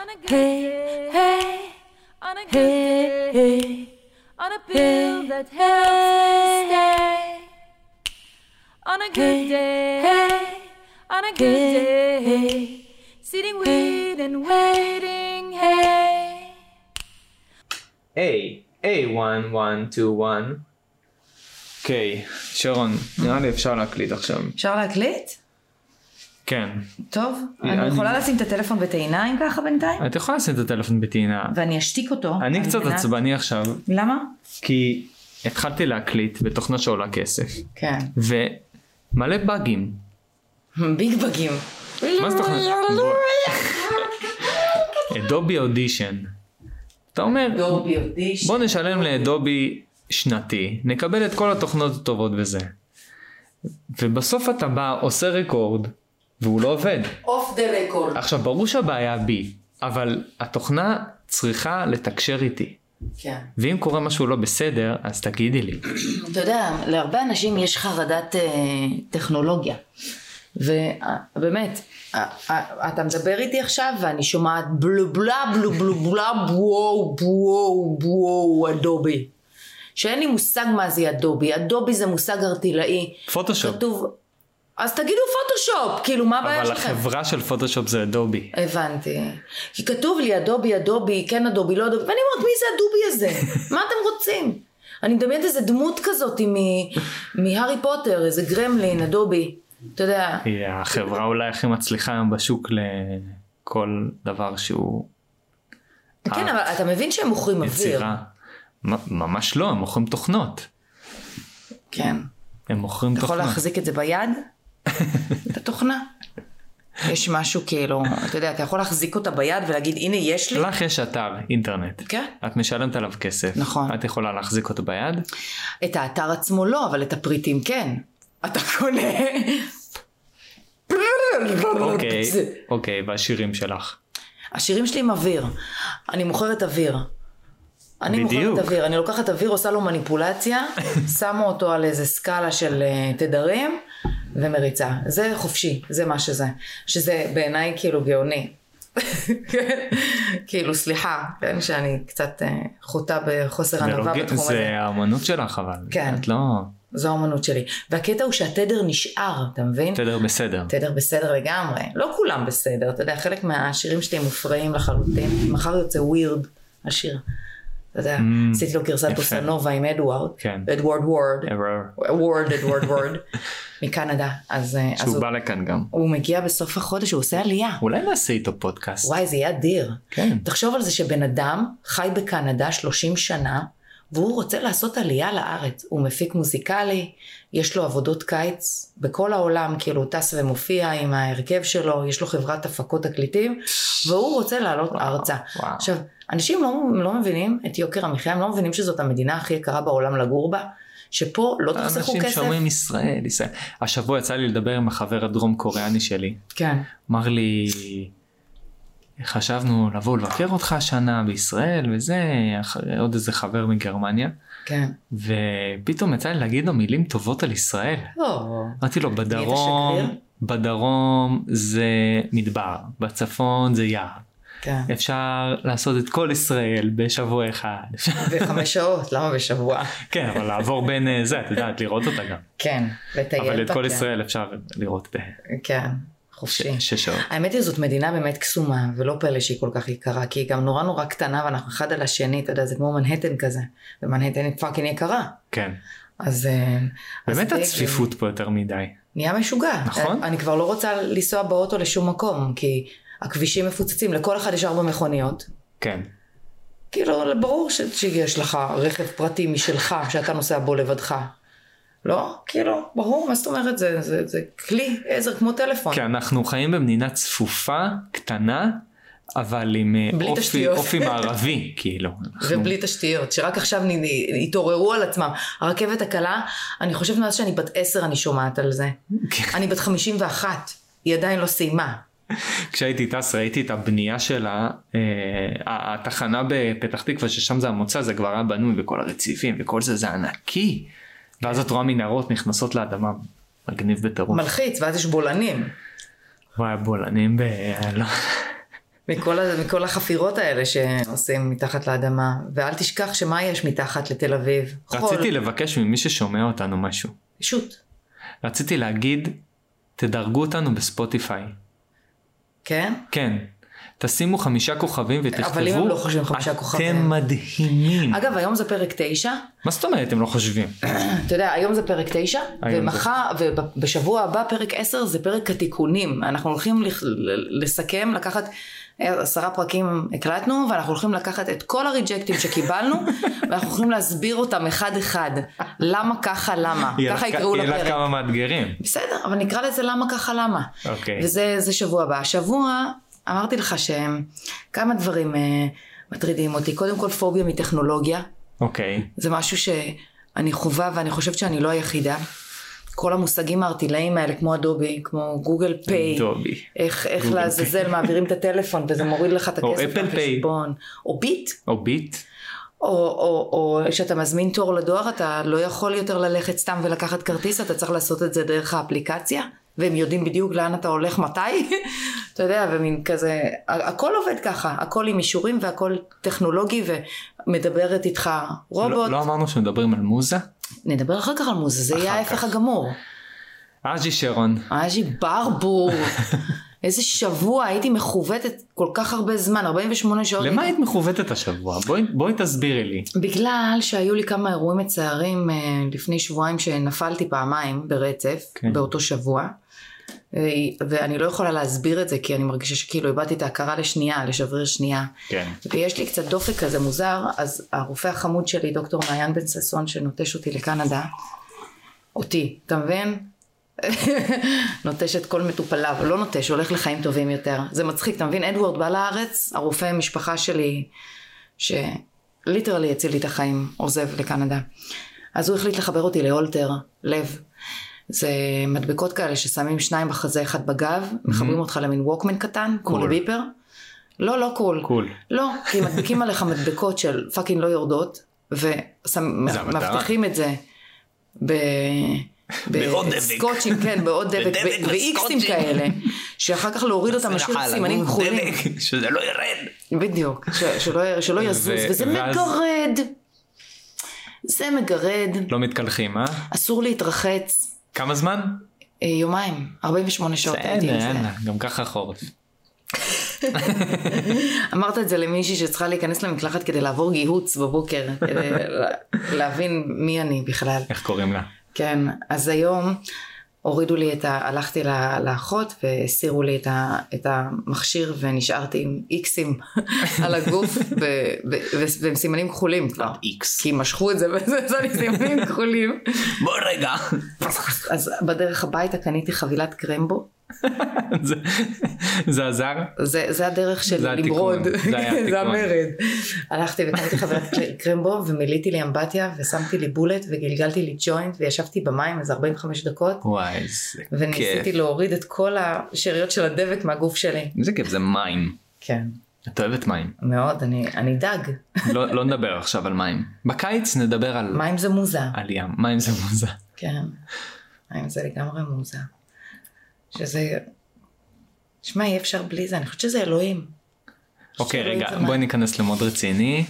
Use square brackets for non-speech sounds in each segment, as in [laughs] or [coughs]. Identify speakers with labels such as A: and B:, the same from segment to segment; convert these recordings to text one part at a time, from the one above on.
A: on a good hey, hey, on a good hey, hey, on a pill that helps stay. On a good day, on a good day, sitting, waiting, and waiting, hey.
B: היי, A1121. אוקיי, שרון, נראה לי אפשר להקליט עכשיו.
C: אפשר להקליט?
B: כן.
C: טוב.
B: אני-
C: אני יכולה לשים את הטלפון בטעינה אם ככה בינתיים?
B: את יכולה לשים את הטלפון בטעינה.
C: ואני אשתיק אותו.
B: אני
C: על
B: קצת
C: מנת-
B: עצבני עכשיו,
C: למה?
B: כי התחלתי להקליט בתוכנה שעולה כסף,
C: כן. [laughs]
B: ומלא באגים.
C: ביג בגים.
B: מה זה תוכנה? [laughs] אדובי אודישן. אתה אומר, בוא נשלם לאדובי שנתי, נקבל את כל התוכנות הטובות וזה. ובסוף אתה בא, עושה רקורד, והוא לא עובד.
C: אוף דה רקורד.
B: עכשיו, ברור שהבעיה בי, אבל התוכנה צריכה לתקשר איתי.
C: כן.
B: ואם קורה משהו לא בסדר, אז תגידי לי.
C: אתה יודע, להרבה אנשים יש חרדת אה, טכנולוגיה. ובאמת, אתה מדבר איתי עכשיו ואני שומעת בלובלה בלובלה בוואו בוואו בוואו אדובי. שאין לי מושג מה זה אדובי. אדובי זה מושג ערטילאי.
B: פוטושופ.
C: כתוב... אז תגידו פוטושופ, כאילו מה הבעיה
B: אבל
C: שלכם?
B: החברה של פוטושופ זה אדובי.
C: הבנתי. כי כתוב לי אדובי, אדובי, כן אדובי, לא אדובי, ואני אומרת, מי זה הדובי הזה? מה אתם רוצים? אני מדמיינת איזה דמות כזאת מ- מהארי פוטר, איזה גרמלין, אדובי. אתה יודע,
B: היא החברה אולי הכי מצליחה היום בשוק לכל דבר שהוא
C: כן, אבל אתה מבין שהם מוכרים אוויר.
B: יצירה. מ- ממש לא, הם מוכרים תוכנות.
C: כן.
B: הם מוכרים
C: אתה יכול
B: תוכנות.
C: להחזיק את זה
B: [laughs]
C: ביד? את התוכנה? יש משהו כאילו, אתה יודע, אתה יכול להחזיק אותה ביד ולהגיד, הנה יש לי?
B: לך יש אתר אינטרנט.
C: כן.
B: את משלמת עליו כסף.
C: נכון.
B: את יכולה להחזיק אותו ביד.
C: את האתר עצמו לא, אבל את הפריטים כן. אתה קונה. לא
B: אוקיי, אוקיי, והשירים שלך.
C: השירים שלי עם אוויר. אני מוכרת אוויר. אני
B: בדיוק.
C: מוכרת אוויר. אני לוקחת אוויר, עושה לו
B: [laughs]
C: מניפולציה, שמה אותו על איזה סקאלה של אה, תדרים, ומריצה. זה חופשי, זה מה שזה. שזה בעיניי כאילו גאוני. [laughs] כאילו, סליחה, כן, שאני קצת אה, חוטאה בחוסר
B: זה לא
C: ענווה
B: ג-
C: בתחום הזה.
B: זה האמנות שלך אבל.
C: כן.
B: את לא...
C: זו האמנות שלי. והקטע הוא שהתדר נשאר, אתה מבין?
B: בסדר, בסדר.
C: תדר בסדר לגמרי. לא כולם בסדר, אתה יודע, חלק מהשירים שלי הם מופרעים לחלוטין. מחר יוצא ווירד, השיר. אתה יודע,
B: Mm,
C: עשיתי לו גרסת
B: יפה.
C: בוסנובה עם אדוארד.
B: כן.
C: אדוארד וורד.
B: Error.
C: וורד, אדוארד וורד.
B: [laughs]
C: מקנדה. אז, אה, אז
B: שהוא
C: הוא,
B: בא לכאן גם.
C: הוא מגיע בסוף החודש, הוא עושה עלייה.
B: אולי נעשה איתו פודקאסט.
C: וואי, זה יהיה אדיר.
B: כן.
C: תחשוב על זה שבן אדם חי בקנדה 30 שנה, והוא רוצה לעשות עלייה לארץ. הוא מפיק מוזיקלי, יש לו עבודות קיץ בכל העולם, כאילו הוא טס ומופיע עם ההרכב שלו, יש לו חברת הפקות תקליטים, והוא רוצה לעלות ארצה.
B: וואו.
C: עכשיו, אנשים לא, לא מבינים את יוקר המחיה, הם לא מבינים שזאת המדינה הכי יקרה בעולם לגור בה, שפה לא תחסכו
B: אנשים
C: כסף.
B: שאומרים ישראל, ישראל. השבוע יצא לי לדבר עם החבר הדרום קוריאני שלי.
C: כן.
B: אמר לי, חשבנו לבוא לבקר אותך השנה בישראל וזה, אח- עוד איזה חבר מגרמניה,
C: כן.
B: ופתאום יצא לי להגיד לו מילים טובות על ישראל.
C: או,
B: אמרתי לו, בדרום,
C: ושגריר?"
B: בדרום זה מדבר, בצפון זה יער.
C: כן.
B: אפשר לעשות את כל ישראל בשבוע אחד. [laughs]
C: וחמש שעות, למה בשבוע?
B: כן, אבל לעבור בין אה, זה, את יודעת, לראות אותה גם.
C: כן, לטייל
B: אבל את
C: בה,
B: כל
C: כן.
B: ישראל אפשר לראות אה, ב-
C: כן, חופשי.
B: שש שעות.
C: האמת היא זאת מדינה באמת קסומה, ולא פלא שהיא כל כך יקרה, כי היא גם נורא נורא קטנה ואנחנו אחד על השני, אתה יודע, זה כמו מנהטן כזה, ומנהטן היא פאקינג יקרה.
B: כן.
C: אז... אה, אז
B: באמת
C: זה
B: הצפיפות פה יותר מדי.
C: נהיה משוגע.
B: נכון.
C: אני כבר לא רוצה לנסוע באוטו לשום מקום, כי הכבישים מפוצצים, לכל אחד יש ארבע מכוניות.
B: כן.
C: כאילו, ברור ש- שיש לך רכב פרטי משלך, שאתה נוסע בו לבדך. לא? כאילו, ברור, מה זאת אומרת? זה, זה, זה כלי עזר כמו טלפון.
B: כי אנחנו חיים במדינה צפופה, קטנה, אבל עם אה,
C: בלי
B: אופי-
C: תשתיות. [laughs]
B: אופי מערבי, כאילו. אנחנו-
C: ובלי תשתיות, שרק עכשיו נ- נ- התעוררו על עצמם. הרכבת הקלה, אני חושבת מאז שאני בת עשר אני שומעת על זה.
B: כן.
C: אני בת 51, היא עדיין לא סיימה.
B: כשהייתי טס ראיתי את הבנייה שלה, אה, ה- התחנה בפתח תקווה ששם זה המוצא, זה כבר היה בנוי וכל הרציפים וכל זה, זה ענקי. ואז את רואה מנהרות נכנסות לאדמה, מגניב בטירוף.
C: מלחיץ, ואז יש בולענים.
B: וואי, בולענים ב... לא-
C: מכל, ה- מכל החפירות האלה שעושים מתחת לאדמה. ואל תשכח שמה יש מתחת לתל אביב?
B: רציתי לבקש ממי ששומע אותנו משהו.
C: שוט.
B: רציתי להגיד, תדרגו אותנו בספוטיפיי.
C: כן?
B: כן. תשימו חמישה כוכבים ותכתבו,
C: אבל אם הם לא חושבים חמישה
B: אתם
C: כוכבים.
B: מדהימים.
C: אגב, היום זה פרק תשע.
B: מה זאת אומרת הם לא חושבים?
C: אתה יודע, היום זה פרק תשע,
B: היום
C: ומחר, ובשבוע הבא פרק עשר זה פרק התיקונים. אנחנו הולכים לכ- ל- לסכם, לקחת אה, עשרה פרקים הקלטנו, ואנחנו הולכים לקחת את כל הריג'קטים
B: [laughs]
C: שקיבלנו, ואנחנו הולכים להסביר אותם אחד-אחד. למה ככה, למה.
B: יהיה
C: ככה
B: לך-
C: יקראו
B: יהיה לך
C: לפרק.
B: כמה מאתגרים.
C: בסדר, אבל נקרא לזה למה ככה למה.
B: אוקיי.
C: וזה זה שבוע הבא. השבוע, אמרתי לך שהם כמה דברים אה, מטרידים אותי. קודם כל פוביה מטכנולוגיה.
B: אוקיי.
C: זה משהו שאני חווה ואני חושבת שאני לא היחידה. כל המושגים הערטילאיים האלה, כמו אדובי, כמו גוגל פיי,
B: דובי.
C: איך, איך
B: גוגל
C: לעזאזל מעבירים את הטלפון וזה מוריד לך את
B: או
C: הכסף
B: אפל פיי.
C: מהחשבון. או ביט,
B: או ביט.
C: או, או, או שאתה מזמין תור לדואר, אתה לא יכול יותר ללכת סתם ולקחת כרטיס, אתה צריך לעשות את זה דרך האפליקציה, והם יודעים בדיוק לאן אתה הולך מתי, [laughs] אתה יודע, ומין כזה, ה- הכל עובד ככה, הכל עם אישורים והכל טכנולוגי ומדברת איתך רובוט.
B: לא, לא אמרנו שמדברים על מוזה?
C: נדבר אחר כך על מוזה, זה יהיה
B: אחר
C: ההפך
B: כך.
C: הגמור.
B: אג'י שרון.
C: אג'י
B: [laughs]
C: ברבור, איזה שבוע, הייתי מכוותת כל כך הרבה זמן, 48 שעות.
B: למה היית מכוותת השבוע? בואי, בואי תסבירי לי.
C: בגלל שהיו לי כמה אירועים מצערים אה, לפני שבועיים שנפלתי פעמיים ברצף,
B: כן.
C: כן. באותו שבוע. אה, ואני לא יכולה להסביר את זה כי אני מרגישה שכאילו איבדתי את ההכרה לשנייה, לשבריר שנייה.
B: כן.
C: ויש לי קצת דופק כזה מוזר, אז הרופא החמוד שלי, דוקטור מעיין בן ששון, שנוטש אותי לקנדה, אותי, אתה מבין? [laughs] נוטש את כל מטופליו, לא נוטש, הולך לחיים טובים יותר. זה מצחיק, אתה מבין? אדוארד בא לארץ, הרופא המשפחה שלי, שליטרלי הציל לי את החיים, עוזב לקנדה. אז הוא החליט לחבר אותי להולטר, לב. זה מדבקות כאלה ששמים שניים בחזה, אחד בגב, מחברים אותך למין ווקמן קטן, כמו
B: Mhm. קול.
C: לביפר. לא, לא קול.
B: קול.
C: לא, כי מדביקים עליך מדבקות של פאקינג לא יורדות,
B: זה המטרה.
C: ומבטיחים את זה ב...
B: [laughs] בעוד דבק.
C: בסקוטשים, כן, בעוד דבק,
B: בדבק
C: ו- ואיקסים
B: וסקוטשים.
C: כאלה, שאחר כך להוריד אותם
B: לך
C: משאיר
B: על
C: סימנים
B: הגוף
C: כחולים,
B: דבק, [laughs] שזה לא ירד.
C: בדיוק, ש- שלא- שלא יזוז,
B: ו-
C: וזה
B: ואז-
C: מגרד, זה מגרד,
B: לא מתקלחים, אה?
C: אסור להתרחץ,
B: כמה זמן?
C: אה, יומיים, 48 שעות הייתי עם
B: בסדר,
C: זה.
B: יאללה, גם ככה חורף.
C: אמרת את זה למישהי שצריכה להיכנס למקלחת כדי לעבור גיהוץ בבוקר, כדי לה- להבין מי אני בכלל.
B: איך קוראים לה?
C: כן, אז היום הורידו לי את ה... הלכתי ל- לאחות והסירו לי את, ה... את המכשיר ונשארתי עם איקסים על הגוף ו... ו... ו... ועם סימנים כחולים כבר.
B: איקס.
C: כי משכו את זה [laughs] וזה זה לי סימנים כחולים.
B: בוא רגע.
C: אז בדרך הביתה קניתי חבילת קרמבו.
B: [laughs] זה- זה עזר?
C: זה, זה הדרך
B: זה
C: של
B: התיקון,
C: למרוד,
B: זה היה התיקון.
C: [laughs] זה המרד. הלכתי וקניתי חבילת קר- קרמבו ומילאתי לי אמבטיה ושמתי לי בולט וגלגלתי לי ג'וינט וישבתי במים איזה 45 דקות
B: וואי, איזה
C: וניסיתי לא-
B: כיף.
C: להוריד את כל השאריות של הדבק מהגוף שלי.
B: איזה כיף, זה מים.
C: כן.
B: את אוהבת מים.
C: מאוד, אני, אני דג.
B: לא לא נדבר עכשיו על מים. בקיץ נדבר על
C: מים זה מוזה.
B: על ים. מים זה מוזה.
C: כן. מים זה לגמרי מוזה. שזה... שמע, אי אפשר בלי זה, אני חושבת שזה אלוהים.
B: אוקיי,
C: שאלוהים
B: רגע,
C: זה מים.
B: בואי ניכנס למוד רציני.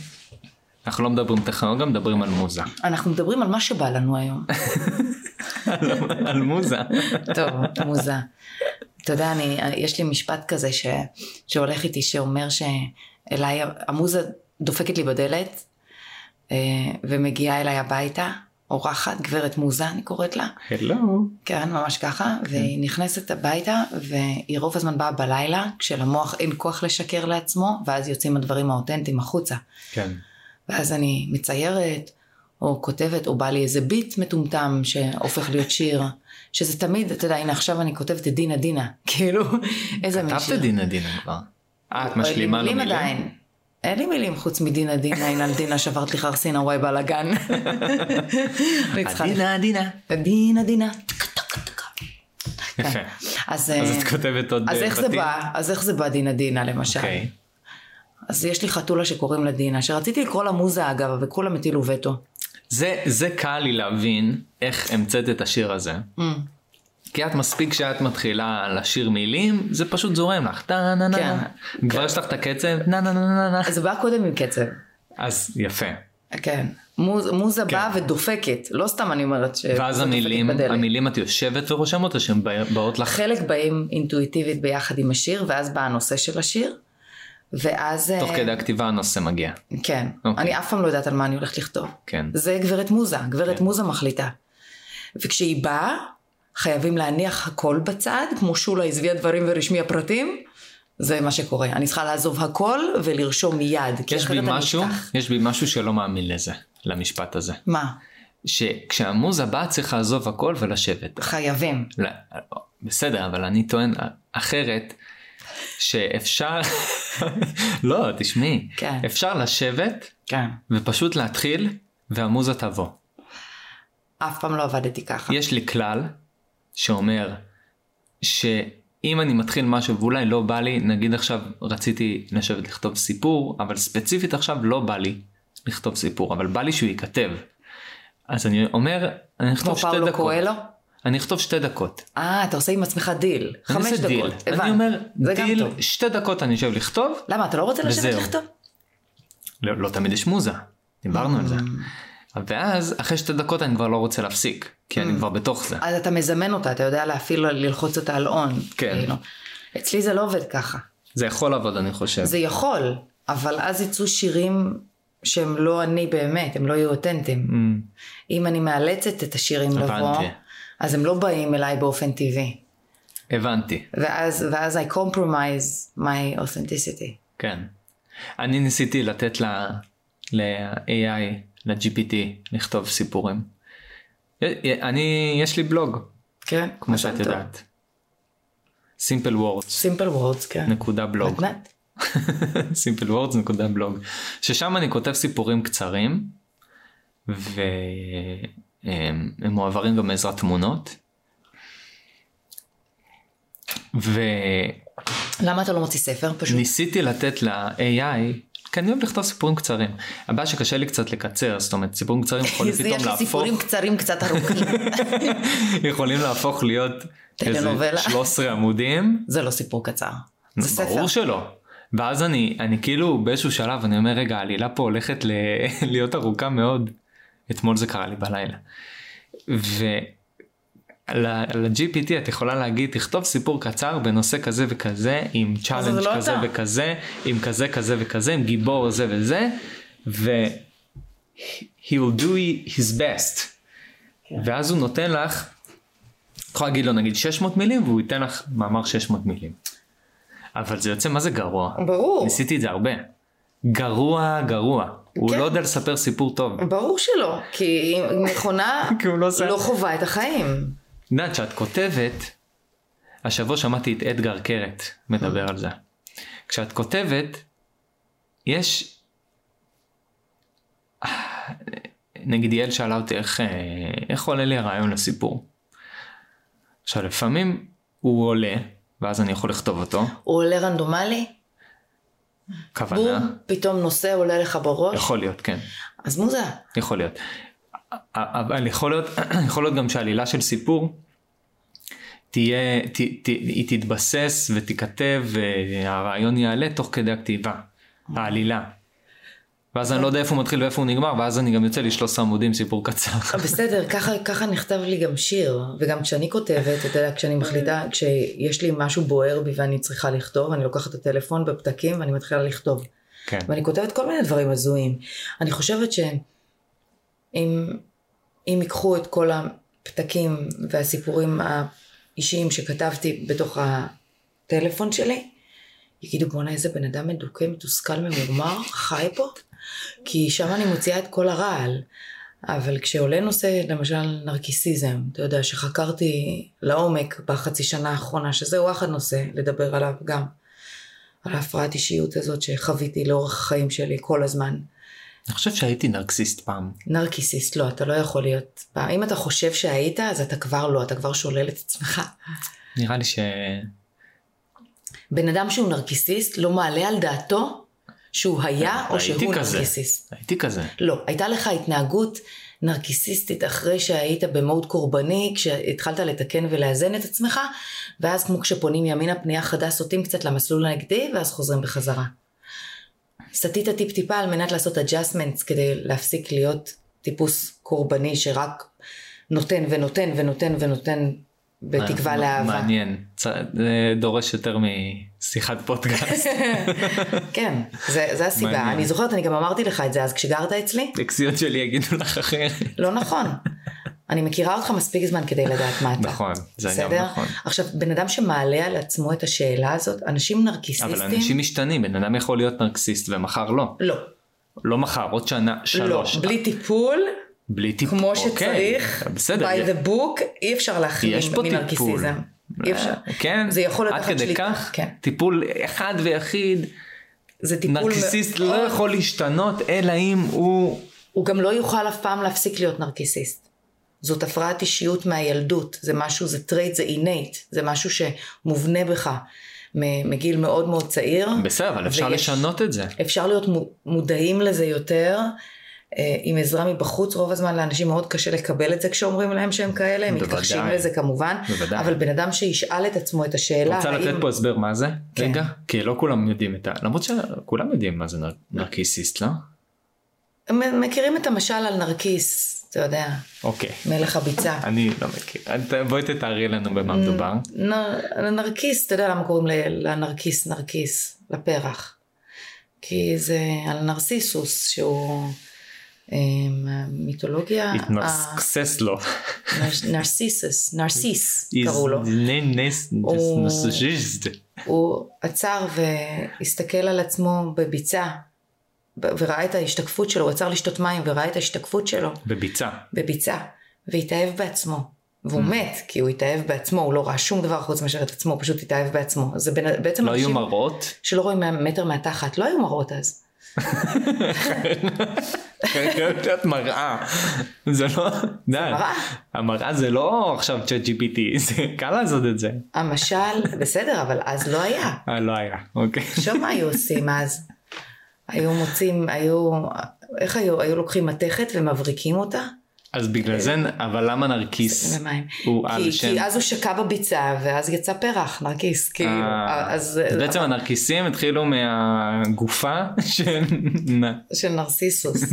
B: אנחנו לא מדברים טכנולוגיה, מדברים על
C: [laughs]
B: מוזה.
C: אנחנו מדברים על מה שבא לנו היום.
B: על- על מוזה.
C: טוב, מוזה. אתה יודע, אני, יש לי משפט כזה ש, שהולך איתי, שאומר שאליי, המוזה דופקת לי בדלת, אה, ומגיעה אליי הביתה, אורחת, גברת מוזה, אני קוראת לה.
B: הלו.
C: כן, ממש ככה, והיא נכנסת הביתה, והיא רוב הזמן באה בלילה, כשלמוח אין כוח לשקר לעצמו, ואז יוצאים הדברים האותנטיים החוצה.
B: כן.
C: ואז אני מציירת, או כותבת, או בא לי איזה ביט מטומטם שהופך להיות שיר, שזה תמיד, אתה יודע, הנה עכשיו אני כותבת את דינה דינה, [laughs] כאילו, איזה מין
B: כתבת
C: שיר.
B: את דינה דינה כבר. אה, את משלימה
C: אין
B: לו
C: לי
B: מילים?
C: מילים עדיין. אין לי מילים חוץ מדינה דינה, הנה על דינה שברת לי חרסינה, וואי בלאגן. [laughs] אני צריכה-
B: עדינה, עדינה.
C: דינה דינה. כן.
B: יפה.
C: אז
B: אז
C: אה,
B: את כותבת עוד...
C: אז
B: אה,
C: איך זה
B: בתים?
C: בא? אז איך זה בא דינה דינה למשל?
B: אוקיי.
C: אז יש לי חתולה שקוראים לה דינה, שרציתי לקרוא לה מוזה אגב, אבל כולם הטילו וטו.
B: Mm. זה, זה קל לי להבין איך המצאת את השיר הזה, כי את מספיק שאת מתחילה לשיר מילים, זה פשוט זורם לך. טה נה נה נה.
C: כן.
B: כבר יש לך את הקצב, נה נה נה נה נה.
C: אז זה בא קודם עם קצב.
B: אז יפה.
C: כן. מוז, מוזה כן. באה ודופקת, לא סתם אני אומרת ש...
B: ואז המילים, המילים את יושבת ורושמת או שהן באות לך?
C: חלק באים אינטואיטיבית ביחד עם השיר, ואז בא הנושא של השיר, ואז... אה,
B: תוך כדי הכתיבה הנושא מגיע.
C: כן. אוקיי. אני אף פעם לא יודעת על מה אני הולכת לכתוב.
B: כן.
C: זה גברת מוזה, גברת כן. מוזה מחליטה. וכשהיא באה, חייבים להניח הכל בצד, כמו שולה הזביעה דברים ורשמי הפרטים. זה מה שקורה. אני צריכה לעזוב הכל ולרשום מיד.
B: יש בי משהו, נפתח. יש בי משהו שלא מאמין לזה, למשפט הזה.
C: מה?
B: שכשהמוזה באה צריך לעזוב הכל ולשבת.
C: חייבים.
B: לא, בסדר, אבל אני טוען אחרת, שאפשר, [laughs] לא, תשמעי,
C: כן.
B: אפשר לשבת,
C: כן.
B: ופשוט להתחיל, והמוזה תבוא.
C: אף פעם לא עבדתי ככה.
B: יש לי כלל שאומר, ש... אם אני מתחיל משהו ואולי לא בא לי, נגיד עכשיו רציתי לשבת לכתוב סיפור, אבל ספציפית עכשיו לא בא לי לכתוב סיפור, אבל בא לי שהוא ייכתב. אז אני אומר, אני אכתוב שתי דקות.
C: כמו פאולו קואלו?
B: אני אכתוב שתי דקות.
C: אה, אתה עושה עם עצמך דיל. חמש דקות,
B: דיל.
C: הבנתי.
B: אני אומר, דיל, שתי דקות אני יושב לכתוב.
C: למה, אתה לא רוצה לשבת לכתוב?
B: לא, לא תמיד יש מוזה, דיברנו על
C: Mm.
B: זה. ואז אחרי שתי דקות אני כבר לא רוצה להפסיק, כי
C: Mm.
B: אני כבר בתוך זה.
C: אז אתה מזמן אותה, אתה יודע להפעיל, ללחוץ אותה על און.
B: כן. כאילו.
C: אצלי זה לא עובד ככה.
B: זה יכול לעבוד, אני חושב.
C: זה יכול, אבל אז יצאו שירים שהם לא אני באמת, הם לא יהיו אותנטיים.
B: Mm.
C: אם אני מאלצת את השירים לבוא,
B: הבנתי.
C: אז הם לא באים אליי באופן טבעי.
B: הבנתי,
C: ואז, ואז I compromise my authenticity.
B: כן. אני ניסיתי לתת ל- ל-AI ל-GPT לכתוב סיפורים. אני, יש לי בלוג,
C: כן.
B: כמו שאת יודעת. simple words,
C: סימפל וורדס, כן.
B: נקודה בלוג.
C: מתנת.
B: [laughs] simple words נקודה בלוג. ששם אני כותב סיפורים קצרים, והם הם מועברים גם בעזרת תמונות. וניסיתי
C: למה אתה לא מוציא ספר פשוט?
B: לתת ל-AI כי אני אוהב לכתוב סיפורים קצרים. הבעיה שקשה לי קצת לקצר, זאת אומרת סיפורים
C: [laughs]
B: קצרים יכולים
C: זה יש
B: פתאום
C: לי
B: להפוך,
C: סיפורים קצרים קצת ארוכים.
B: [laughs] יכולים להפוך להיות איזה
C: טלנובלה.
B: 13 עמודים,
C: זה לא סיפור קצר. זה ספר.
B: ברור שלא. ואז אני, אני כאילו באיזשהו שלב אני אומר רגע העלילה פה הולכת ל... [laughs] להיות ארוכה מאוד. אתמול זה קרה לי בלילה. ול-GPT את יכולה להגיד תכתוב סיפור קצר בנושא כזה וכזה עם צ'אלנג'
C: לא
B: כזה
C: אתה.
B: וכזה עם כזה כזה וכזה עם גיבור זה וזה ו- he'll do his best
C: כן.
B: ואז הוא נותן לך את יכולה להגיד לו נגיד 600 מילים והוא ייתן לך מאמר 600 מילים. אבל זה יוצא מה זה גרוע.
C: ברור.
B: ניסיתי את זה הרבה. גרוע גרוע. הוא
C: כן.
B: לא יודע לספר סיפור טוב.
C: ברור שלא, כי מכונה
B: כי הוא לא עושה-
C: לא חווה את החיים.
B: יודעת שאת כותבת, השבוע שמעתי את אדגר קרת מדבר על זה. כשאת כותבת, יש... נגיד יעל שאלה אותי איך, אה, איך עולה לי הרעיון לסיפור. עכשיו לפעמים הוא עולה, ואז אני יכול לכתוב אותו,
C: הוא עולה רנדומלי, בום,
B: כוונה,
C: פתאום נושא עולה לך בראש,
B: יכול להיות, כן.
C: אז מוזה.
B: יכול להיות. אבל יכול להיות, יכול להיות גם שעלילה של סיפור תהיה, ת, ת, היא תתבסס ותיכתב והרעיון יעלה תוך כדי הכתיבה, העלילה. ואז אני לא יודע איפה הוא מתחיל ואיפה הוא נגמר, ואז אני גם יוצא לי 13 עמודים סיפור
C: [laughs]
B: קצר.
C: בסדר, ככה, ככה נכתב לי גם שיר, וגם כשאני כותבת, אתה יודע, כשאני מחליטה, כשיש לי משהו בוער בי ואני צריכה לכתוב, אני לוקחת את הטלפון בפתקים ואני מתחילה לכתוב.
B: כן.
C: ואני כותבת כל מיני דברים הזויים. אני חושבת שאם אם ייקחו את כל הפתקים והסיפורים האישיים שכתבתי בתוך הטלפון שלי, יגידו בואנה איזה בן אדם מדוכא, מתוסכל, ממורמר, חי פה, כי שם אני מוציאה את כל הרעל. אבל כשעולה נושא, למשל נרקיסיזם, אתה יודע שחקרתי לעומק בחצי שנה האחרונה, שזה וואחד נושא לדבר עליו גם. על ההפרעת אישיות הזאת שחוויתי לאורך החיים שלי כל הזמן.
B: אני חושב שהייתי נרקסיסט פעם.
C: נרקיסיסט, לא, אתה לא יכול להיות. פעם. אם אתה חושב שהיית, אז אתה כבר לא, אתה כבר שולל את עצמך.
B: נראה לי ש...
C: בן אדם שהוא נרקיסיסט לא מעלה על דעתו שהוא היה או
B: הייתי
C: שהוא
B: כזה.
C: נרקיסיסט.
B: הייתי כזה.
C: לא, הייתה לך התנהגות נרקיסיסטית אחרי שהיית במוד קורבני, כשהתחלת לתקן ולאזן את עצמך, ואז כמו כשפונים ימינה פנייה חדה סוטים קצת למסלול הנגדי, ואז חוזרים בחזרה. סטית טיפ-טיפה על מנת לעשות adjustments כדי להפסיק להיות טיפוס קורבני שרק נותן ונותן ונותן ונותן בתקווה
B: מ-
C: לאהבה.
B: מעניין, צ- זה דורש יותר משיחת פודקאסט.
C: [laughs] כן, זה, זה הסיבה.
B: מעניין.
C: אני זוכרת, אני גם אמרתי לך את זה אז כשגרת אצלי.
B: טקסיות שלי יגידו לך אחרת.
C: לא נכון. אני מכירה אותך מספיק זמן כדי לדעת מה אתה.
B: נכון, זה גם
C: בסדר?
B: נכון.
C: עכשיו, בן אדם שמעלה על עצמו את השאלה הזאת, אנשים נרקיסיסטים...
B: אבל אנשים משתנים, בן אדם יכול להיות נרקסיסט ומחר לא.
C: לא.
B: לא מחר, עוד שנה, שלוש.
C: לא, בלי טיפול,
B: בלי טיפ.
C: כמו
B: אוקיי,
C: שצריך,
B: בסדר.
C: by the book, אי אפשר להחלים
B: יש פה טיפול.
C: מנרקיסיזם. אי אפשר.
B: כן,
C: זה יכול להיות
B: עד
C: תחת
B: כדי
C: שליטה,
B: כך,
C: כן.
B: טיפול אחד ויחיד,
C: זה טיפול...
B: נרקסיסט לא
C: מאוד-
B: יכול להשתנות אלא אם הוא
C: הוא גם לא יוכל אף פעם להפסיק להיות נרקיסיסט. זאת הפרעת אישיות מהילדות, זה משהו, זה טרייט, זה אינט, זה משהו שמובנה בך מ- מגיל מאוד מאוד צעיר.
B: בסדר, אבל אפשר
C: ויש-
B: לשנות את זה.
C: אפשר להיות מו- מודעים לזה יותר, אה, עם עזרה מבחוץ, רוב הזמן לאנשים מאוד קשה לקבל את זה כשאומרים להם שהם כאלה, הם
B: בוודאי.
C: מתכחשים לזה כמובן,
B: בוודאי.
C: אבל בן אדם שישאל את עצמו את השאלה,
B: רוצה
C: האם-
B: לתת פה הסבר מה זה?
C: כן.
B: רגע? כי לא כולם יודעים את ה... למרות שכולם יודעים מה זה נר- נרקיסיסט, לא?
C: מ- מכירים את המשל על נרקיס, אתה יודע,
B: אוקיי.
C: מלך הביצה.
B: אני לא מכיר. את- בואי תתארי לנו
C: Mm.
B: במה מדובר.
C: נר... נרקיס, אתה יודע למה קוראים ל- לנרקיס נרקיס, לפרח. כי זה על נרסיסוס, שהוא אמ, המיתולוגיה...
B: התנרקסס לו.
C: ה- אה, נרס- נרסיסוס, נרסיס
B: Is-
C: קראו לו.
B: נה- נס-
C: הוא-
B: נרסיסיסט.
C: הוא עצר והסתכל על עצמו בביצה, ב- וראה את ההשתקפות שלו, הוא עצר לשתות מים וראה את ההשתקפות שלו
B: בביצה.
C: בביצה, והתאהב בעצמו. והוא
B: Mm.
C: מת, כי הוא התאהב בעצמו, הוא לא ראה שום דבר חוץ מאשר את עצמו, הוא פשוט התאהב בעצמו. אז זה בין- בעצם
B: לא היו
C: [laughs]
B: מראות?
C: שלא רואים מה- מטר מהתחת, לא היו מראות אז.
B: כן, את מראה. זה לא... די.
C: מראה.
B: המראה זה לא עכשיו צ'אט GPT, [laughs] זה קל לעשות את זה.
C: המשל, [laughs] בסדר, אבל אז לא היה.
B: אה, לא היה, אוקיי.
C: תחשוב מה היו עושים אז. היו מוצאים, היו, איך היו, היו לוקחים מתכת ומבריקים אותה
B: אז בגלל זה, אבל למה נרקיס?
C: במים.
B: הוא על
C: כי,
B: שם...
C: כי אז הוא שקע בביצה, ואז יצא פרח, נרקיס, כאילו,
B: אה,
C: אז...
B: אז בעצם הנרקיסים התחילו מהגופה [laughs] של
C: [laughs]
B: נ-
C: של נרסיסוס.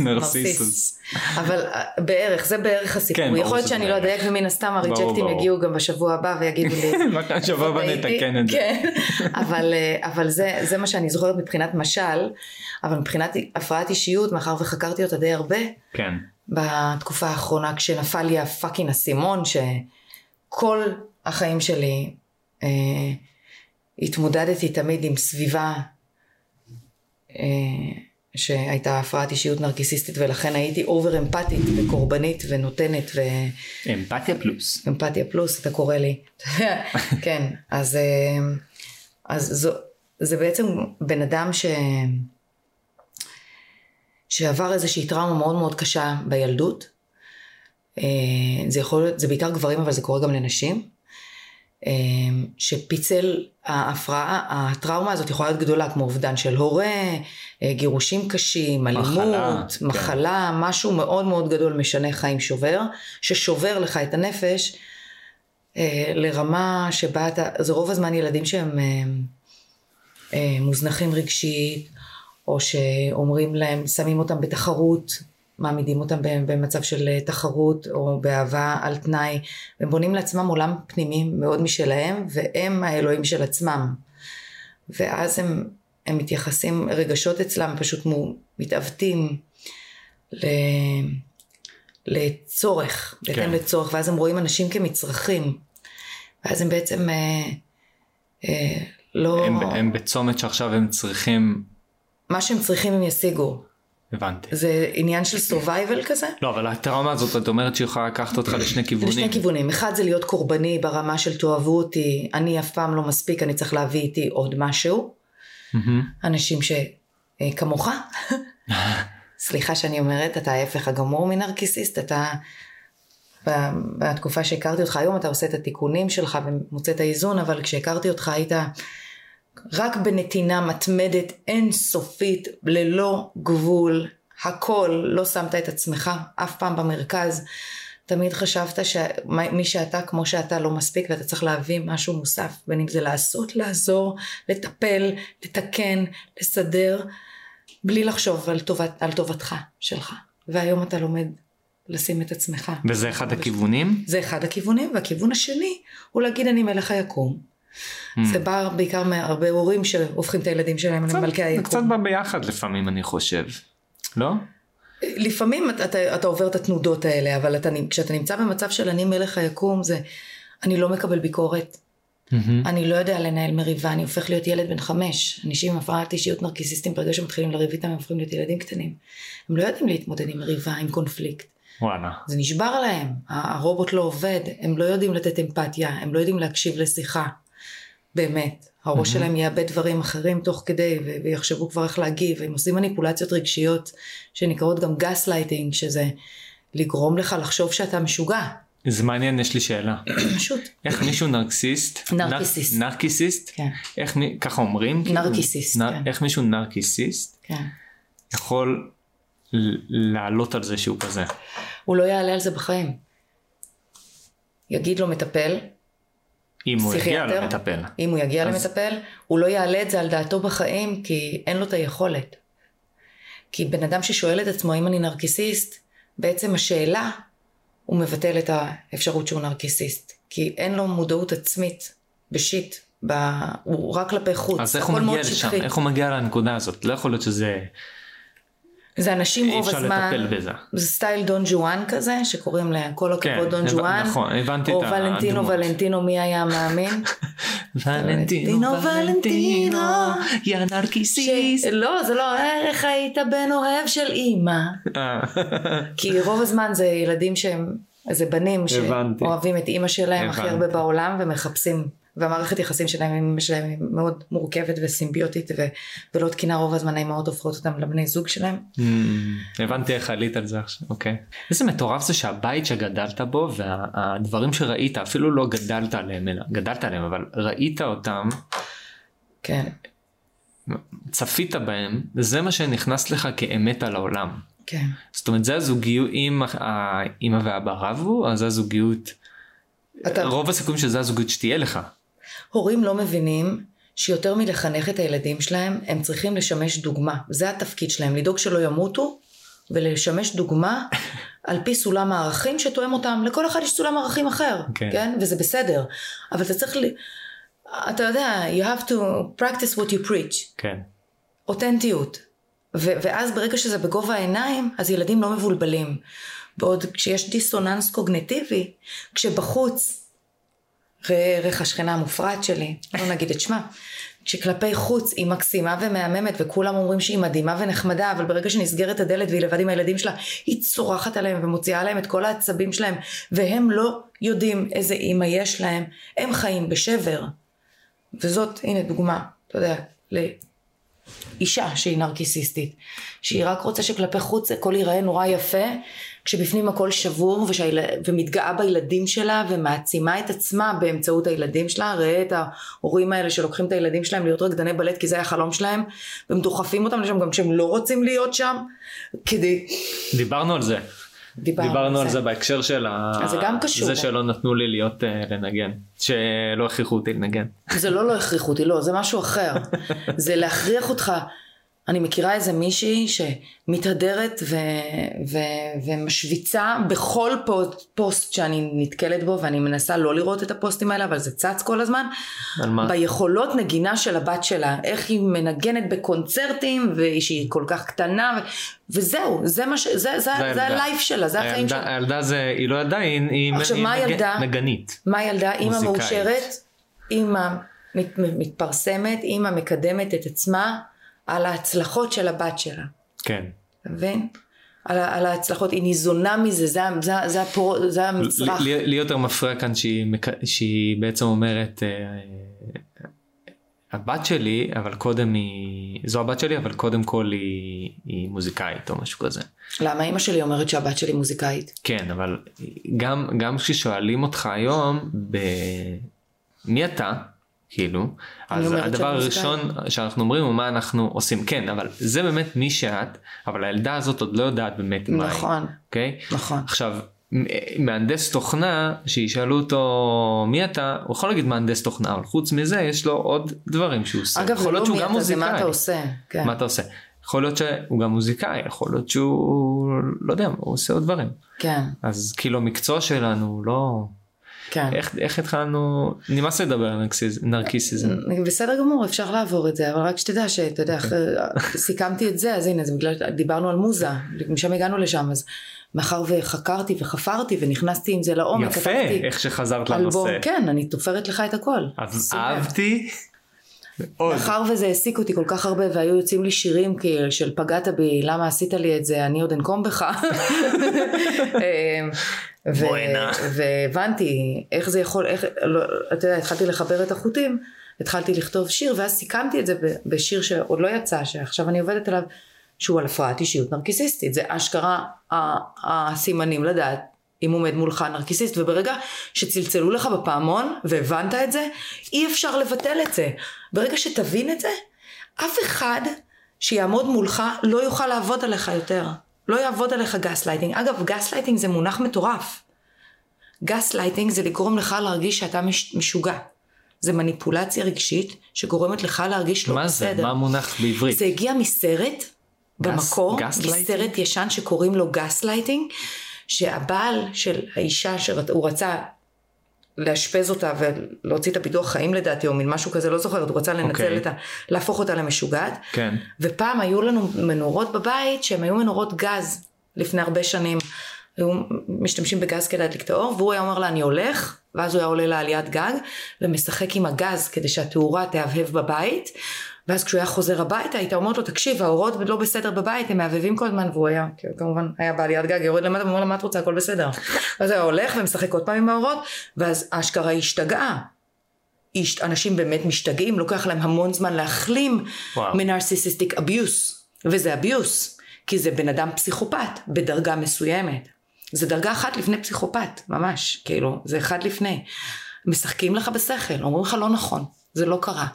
B: [laughs] נרסיסוס.
C: אבל אה, בערך, זה בערך
B: כן,
C: הסיפור.
B: ברור
C: יכול להיות
B: שזה
C: שאני לא
B: בערך.
C: אדייק, ומן הסתם הריג'קטים
B: ברור.
C: יגיעו גם בשבוע הבא ויגידו
B: [laughs]
C: לי,
B: מה שבא
C: ראיתי,
B: נתקן את זה.
C: כן, [laughs] אבל, אה, אבל זה, זה מה שאני זוכרת מבחינת משל, אבל מבחינת הפרעת אישיות, מאחר וחקרתי אותה די הרבה
B: כן.
C: בתקופה האחרונה, כשנפל לי הפאקינג אסימון, שכל החיים שלי אה, התמודדתי תמיד עם סביבה אה, שהייתה הפרעת אישיות נרקיסיסטית, ולכן הייתי אובר אמפתית וקורבנית ונותנת ו...
B: כן. אמפתיה פלוס.
C: אמפתיה פלוס, אתה קורא לי. [laughs] כן, אז, אה, אז זו, זה בעצם בן אדם ש... שעבר איזושהי טראומה מאוד מאוד קשה בילדות. אה, זה יכול להיות, זה בעיקר גברים, אבל זה קורה גם לנשים. אה, שפיצל ההפרעה, הטראומה הזאת יכולה להיות גדולה, כמו אובדן של הורה, אה, גירושים קשים, אלימות,
B: מחלה,
C: מחלה,
B: כן.
C: מחלה משהו מאוד מאוד גדול משנה חיים שובר, ששובר לך את הנפש אה, לרמה שבה אתה, זה רוב הזמן ילדים שהם אה, אה, מוזנחים רגשית, או שאומרים להם, שמים אותם בתחרות, מעמידים אותם ב- במצב של אה, תחרות, או באהבה על תנאי, הם בונים לעצמם עולם פנימי מאוד משלהם, והם האלוהים של עצמם. ואז הם, הם מתייחסים, רגשות אצלם פשוט מו- מתעוותים ל... לצורך, בהתאם
B: כן.
C: לצורך, ואז הם רואים אנשים כמצרכים, ואז הם בעצם אה, אה, לא...
B: הם- הם בצומת שעכשיו הם צריכים...
C: מה שהם צריכים הם ישיגו.
B: הבנתי.
C: זה עניין של survival כזה?
B: לא, אבל הטראומה הזאת, את אומרת שהיא יכולה לקחת אותך לשני כיוונים.
C: לשני כיוונים. אחד זה להיות קורבני ברמה של תאהבו אותי, אני אף פעם לא מספיק, אני צריך להביא איתי עוד משהו.
B: מהמם.
C: אנשים
B: [laughs]
C: שכמוך, סליחה שאני אומרת, אתה ההפך הגמור מנרקיסיסט, אתה... ב- בתקופה שהכרתי אותך היום אתה עושה את התיקונים שלך ומוצא את האיזון, אבל כשהכרתי אותך היית רק בנתינה מתמדת אינסופית, ללא גבול, הכל, לא שמת את עצמך אף פעם במרכז. תמיד חשבת שמי שאתה כמו שאתה לא מספיק ואתה צריך להביא משהו מוסף, בין אם זה לעשות, לעזור, לטפל, לתקן, לסדר, בלי לחשוב על, טובת, על טובתך שלך. והיום אתה לומד לשים את עצמך.
B: וזה אחד הכיוונים?
C: זה אחד הכיוונים, והכיוון השני הוא להגיד אני מלך היקום. Mm. זה בא בעיקר מהרבה הורים שהופכים את הילדים שלהם
B: Hmm. קצת,
C: למלכי היקום.
B: זה קצת בא ביחד לפעמים אני חושב, לא?
C: לפעמים אתה, אתה, אתה עובר את התנודות האלה, אבל אתה, כשאתה נמצא במצב של אני מלך היקום, זה אני לא מקבל ביקורת. Mm-hmm. אני לא יודע לנהל מריבה, אני הופך להיות ילד בן חמש. אנשים עם הפרעת אישיות נרקיסיסטים, ברגע שמתחילים לריב איתם, הם הופכים להיות ילדים קטנים. הם לא יודעים להתמודד עם מריבה, עם קונפליקט.
B: וואלה.
C: זה נשבר להם, הרובוט לא עובד, הם לא יודעים לתת אמפתיה, הם לא יודעים להקשיב לשיחה. באמת. הראש mm-hmm. שלהם יאבד דברים אחרים תוך כדי ו- ויחשבו כבר איך להגיב. הם עושים מניפולציות רגשיות שנקראות גם גס לייטינג, שזה לגרום לך לחשוב שאתה משוגע. [clears throat]
B: זה מעניין, יש לי שאלה.
C: פשוט.
B: איך מישהו נרקסיסט?
C: נרקיסיסט.
B: נר- נרקיסיסט?
C: כן.
B: איך, מ- ככה אומרים? כאילו,
C: נרקיסיסט,
B: נר-
C: כן.
B: איך מישהו נרקיסיסט
C: כן.
B: יכול ל- לעלות על זה שהוא כזה?
C: הוא לא יעלה על זה בחיים. יגיד לו מטפל,
B: אם הוא יגיע
C: פסיכיאטר,
B: למטפל.
C: אם הוא יגיע
B: אז-
C: למטפל, הוא לא יעלה את זה על דעתו בחיים, כי אין לו את היכולת. כי בן אדם ששואל את עצמו אם אני נרקיסיסט, בעצם השאלה, הוא מבטל את האפשרות שהוא נרקיסיסט. כי אין לו מודעות עצמית בשיט, ב... הוא רק כלפי חוץ.
B: אז איך הוא
C: הכל
B: מגיע
C: מאוד
B: לשם?
C: שטחי.
B: איך הוא מגיע לנקודה הזאת? לא יכול להיות שזה...
C: זה אנשים
B: אי
C: רוב
B: אפשר
C: הזמן,
B: לטפל בזה.
C: זה סטייל דון ג'ואן כזה, שקוראים לכל הכבוד
B: כן,
C: דון
B: הבנ-
C: ג'ואן.
B: נכון, הבנתי
C: או
B: את
C: ולנטינו,
B: הדמות.
C: ולנטינו, מי
B: [laughs]
C: היה המאמין? ולנטינו, ולנטינו,
B: יא נרקיסיסט.
C: לא, זה לא ערך היית בן אוהב של אימא.
B: אה, [laughs]
C: כי רוב הזמן זה ילדים שהם, זה בנים
B: הבנתי.
C: שאוהבים את אימא שלהם הכי
B: הבנתי.
C: הרבה בעולם ומחפשים. והמערכת יחסים שלהם עם אמא שלהם היא מאוד מורכבת וסימביוטית ו- ולא תקינה רוב הזמן האימהות הופכות אותם לבני זוג שלהם.
B: אמ, הבנתי איך עלית על זה עכשיו, אוקיי. איזה מטורף זה שהבית שגדלת בו והדברים שראית, אפילו לא גדלת עליהם, אלא גדלת עליהם, אבל ראית אותם,
C: כן,
B: צפית בהם, זה מה שנכנס לך כאמת על העולם.
C: כן.
B: זאת אומרת, זה הזוגיות, אם האמא והאבא רבו, אז זה הזוגיות,
C: אתה,
B: רוב הסיכויים שזה הזוגיות שתהיה לך.
C: הורים לא מבינים שיותר מלחנך את הילדים שלהם, הם צריכים לשמש דוגמה. זה התפקיד שלהם, לדאוג שלא ימותו ולשמש דוגמה על פי סולם הערכים שתואם אותם. לכל אחד יש סולם ערכים אחר,
B: כן.
C: כן? כן? וזה בסדר. אבל אתה צריך, ל- אתה יודע, you have to practice what you preach.
B: כן.
C: אותנטיות. ו- ואז ברגע שזה בגובה העיניים, אז ילדים לא מבולבלים. בעוד כשיש דיסוננס קוגנטיבי, כשבחוץ, ראה ערך השכנה המופרעת שלי, לא נגיד את שמה, כשכלפי חוץ היא מקסימה ומהממת וכולם אומרים שהיא מדהימה ונחמדה, אבל ברגע שנסגרת הדלת והיא לבד עם הילדים שלה, היא צורחת עליהם ומוציאה עליהם את כל העצבים שלהם, והם לא יודעים איזה אימא יש להם, הם חיים בשבר. וזאת, הנה דוגמה, אתה יודע, ל- אישה שהיא נרקיסיסטית, שהיא רק רוצה שכלפי חוץ הכל ייראה נורא יפה, כשבפנים הכל שבור ושהיל... ומתגאה בילדים שלה ומעצימה את עצמה באמצעות הילדים שלה, ראה את ההורים האלה שלוקחים את הילדים שלהם להיות רקדני בלט כי זה היה החלום שלהם, והם דוחפים אותם לשם גם כשהם לא רוצים להיות שם, כדי...
B: דיברנו על זה.
C: דיברנו,
B: דיברנו על זה בהקשר של ה...
C: אז זה גם קשור. אה?
B: זה שלא נתנו לי להיות אה, לנגן. שלא הכריחו אותי לנגן.
C: זה לא לא הכריחו אותי, לא, זה משהו אחר. זה להכריח אותך. אני מכירה איזה מישהי שמתהדרת ו- ו- ומשוויצה בכל פוסט, פוסט שאני נתקלת בו, ואני מנסה לא לראות את הפוסטים האלה, אבל זה צץ כל הזמן.
B: על מה?
C: ביכולות נגינה של הבת שלה, איך היא מנגנת בקונצרטים, ושהיא כל כך קטנה, ו- וזהו, זה, מה ש- זה, זה,
B: זה
C: אה, זה
B: הילדה.
C: הלייב שלה, זה החיים
B: הילדה-
C: שלה.
B: הילדה זה, היא לא ידעה, היא היא-
C: עכשיו,
B: היא
C: מה
B: נג-
C: הילדה?
B: נגנית.
C: מה הילדה? אימא
B: מוזיקאית.
C: מאושרת, אימא מת, מתפרסמת, אימא מקדמת את עצמה על ההצלחות של הבת שלה.
B: כן.
C: אתה מבין? על, ה- על ההצלחות, היא ניזונה מזה, זה, ה- זה, ה- זה, הפור, זה המצרך.
B: לי- לי לי יותר מפריע כאן שהיא מק- שהיא בעצם אומרת, אה, אה, הבת שלי, אבל קודם היא, זו הבת שלי, אבל קודם כל היא היא מוזיקאית או משהו כזה.
C: למה אימא שלי אומרת שהבת שלי מוזיקאית?
B: כן, אבל גם, גם כששואלים אותך היום, ב... מי אתה? כאילו, אז
C: אומרת
B: הדבר
C: שאני
B: הראשון שאנחנו אומרים הוא מה אנחנו עושים, כן, אבל זה באמת מי שאת, אבל הילדה הזאת עוד לא יודעת באמת מה היא,
C: נכון,
B: אוקיי?
C: נכון.
B: עכשיו, מ- מהנדס תוכנה, שישאלו אותו מי אתה, הוא יכול להגיד מהנדס תוכנה, אבל חוץ מזה יש לו עוד דברים שהוא עושה.
C: אגב, זה
B: יכול להיות
C: לא
B: שהוא
C: מי
B: גם
C: אתה, זה מה
B: מוזיקאי.
C: אתה עושה. כן.
B: מה אתה עושה? יכול להיות שהוא גם מוזיקאי, יכול להיות שהוא, לא יודע, הוא עושה עוד דברים.
C: כן,
B: אז כאילו המקצוע שלנו הוא לא...
C: כן.
B: איך, איך התחלנו, נמאס לדבר על נרקסיז- נרקיסיזם.
C: בסדר גמור, אפשר לעבור את זה, אבל רק שתדע שאתה יודע, אחרי, סיכמתי את זה, אז הנה, זה בגלל, דיברנו על מוזה, משם הגענו לשם, אז מאחר וחקרתי וחפרתי ונכנסתי עם זה לעומק,
B: יפה,
C: כתבתי
B: איך לא שחזרת
C: אלבום,
B: לנושא.
C: כן, אני תופרת לך את הכל.
B: אז
C: שים לב.
B: אהבתי. עוד.
C: מאחר וזה העסיק אותי כל כך הרבה והיו יוצאים לי שירים כאילו של פגעת בי, למה עשית לי את זה, אני עוד
B: [laughs]
C: אנקום בך. אה, ו-
B: בואנה.
C: והבנתי איך זה יכול, איך, לא, אתה יודע, התחלתי לחבר את החוטים, התחלתי לכתוב שיר ואז סיכמתי את זה ב- בשיר שעוד לא יצא, שעכשיו אני עובדת עליו, שהוא על הפרעת אישיות נרקיסיסטית, זה אשכרה ה- הסימנים לדעת. אם עומד מולך נרקיסיסט, וברגע שצלצלו לך בפעמון והבנת את זה, אי אפשר לבטל את זה. ברגע שתבין את זה, אף אחד שיעמוד מולך לא יוכל לעבוד עליך יותר. לא יעבוד עליך גס לייטינג. אגב, גס לייטינג זה מונח מטורף. גס לייטינג זה לגרום לך להרגיש שאתה מש, משוגע. זה מניפולציה רגשית שגורמת לך להרגיש לא
B: מה זה?
C: בסדר.
B: מה המונח בעברית?
C: זה הגיע מסרט במקור,
B: gaslighting?
C: מסרט ישן שקוראים לו גסלייטינג, שהבעל של האישה שהוא רצה לאשפז אותה ולהוציא את הביטוח חיים לדעתי, או מין משהו כזה, לא זוכרת, הוא רצה לנצל
B: אוקיי.
C: את ה... להפוך אותה למשוגעת.
B: כן.
C: ופעם היו לנו מנורות בבית שהן היו מנורות גז לפני הרבה שנים. היו משתמשים בגז כדי להדליק את האור, והוא היה אומר לה אני הולך, ואז הוא היה עולה לעליית גג, ומשחק עם הגז כדי שהתאורה תהבהב בבית, ואז כשהוא היה חוזר הביתה, הייתה אומרת לו תקשיב האורות לא בסדר בבית, הם מהבהבים כל הזמן, והוא היה, כאילו, כמובן, היה בעליית גג, יורד למטה ואומר לה מה את רוצה, הכל בסדר. ואז הוא היה הולך ומשחק עוד פעם עם האורות, ואז אשכרה היא השתגעה. איש- אנשים באמת משתגעים, לוקח להם המון זמן להחלים
B: וואו.
C: מנרסיסיסטיק אביוס, וזה אביוס, כי זה בן אדם פסיכופת בדרגה מסוימת. זה דרגה אחת לפני פסיכופת, ממש, כאילו, זה אחד לפני. משחקים לך בשכל, אומרים לך לא נכון, זה לא קרה.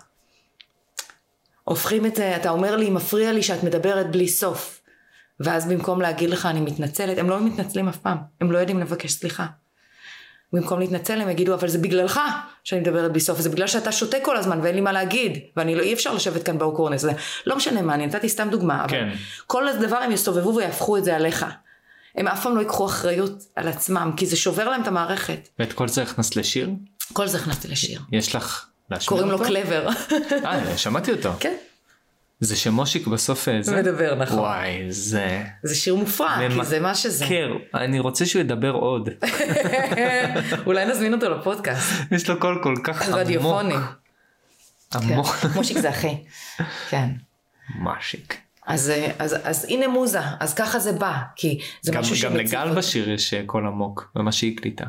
C: הופכים את זה, אתה אומר לי, מפריע לי שאת מדברת בלי סוף. ואז במקום להגיד לך, אני מתנצלת, הם לא מתנצלים אף פעם, הם לא יודעים לבקש סליחה. במקום להתנצל הם יגידו אבל זה בגללך שאני מדברת בלי סוף זה בגלל שאתה שותק כל הזמן ואין לי מה להגיד ואני לא אי אפשר לשבת כאן באוקורנס זה לא משנה מה אני נתתי סתם דוגמה אבל
B: כן.
C: כל הדבר הם יסתובבו ויהפכו את זה עליך הם אף פעם לא ייקחו אחריות על עצמם כי זה שובר להם את המערכת
B: ואת כל זה הכנסת לשיר?
C: כל זה הכנסתי לשיר
B: יש לך להשמיע
C: קוראים לו
B: אותו?
C: [laughs] קלבר
B: אה, שמעתי אותו.
C: כן
B: זה שמושיק בסוף אה, זה?
C: מדבר נכון
B: וואי, זה...
C: זה שיר מופרע כי
B: ממכר.
C: זה מה כן. שזה
B: קר, אני רוצה שהוא ידבר
C: [laughs]
B: עוד.
C: אולי נזמין אותו לפודקאסט
B: יש לו קול כל כך עמוק.
C: רדיופוני כן.
B: עמוק.
C: [laughs] מושיק זה אחי כן
B: [laughs] משיק.
C: אז, אה, אז, אז הנה מוזה, אז ככה זה בא, כי זה
B: גם,
C: משהו
B: גם
C: שמציף
B: לגל
C: אותי.
B: בשיר יש אה, קול עמוק, ומה שהיא הקליטה.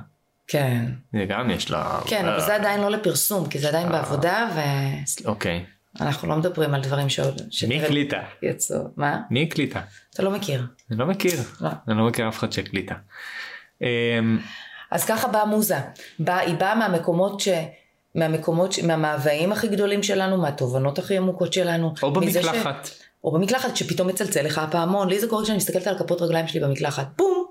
C: כן,
B: זה גם יש לה... אה,
C: כן, אבל זה עדיין לא לפרסום, כי זה עדיין בעבודה, ואנחנו
B: אוקיי.
C: לא מדברים על דברים שעוד...
B: מי
C: שטרם
B: הקליטה?
C: יצאו, מה?
B: מי הקליטה?
C: אתה לא מכיר.
B: אני לא מכיר.
C: לא.
B: אני לא מכיר אף אחד שהקליטה. אמ,
C: אז ככה באה מוזה. בא, היא באה מהמקומות ש... מהמקומות, ש- מהמאוויים הכי גדולים שלנו, מהתובנות הכי עמוקות שלנו.
B: או
C: מזה ש-
B: במקלחת. [laughs]
C: או במקלחת, כשפתאום מצלצל לך הפעמון. לי זה קורה כשאני מסתכלת על כפות רגליים שלי במקלחת. בום!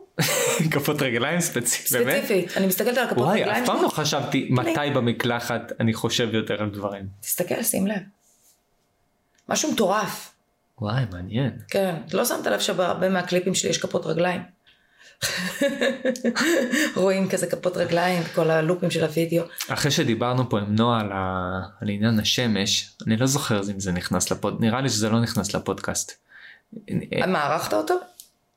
B: כפות רגליים ספציפית. באמת?
C: ספציפית. אני מסתכלת על כפות
B: וואי,
C: רגליים
B: אף
C: שלי.
B: פעם לא חשבתי מתי במקלחת אני חושב יותר על דברים.
C: תסתכל, שים לב. משהו מטורף.
B: וואי, מעניין.
C: כן, את לא שמת לב שבהרבה מהקליפים שלי יש כפות רגליים. [laughs] רואים כזה כפות רגליים, כל הלופים של הוידאו.
B: אחרי שדיברנו פה עם נועה על, ה... על עניין השמש, אני לא זוכר אם זה נכנס לפוד... נראה לי שזה לא נכנס לפודקאסט. אה,
C: מה, ערכת אה, אותו?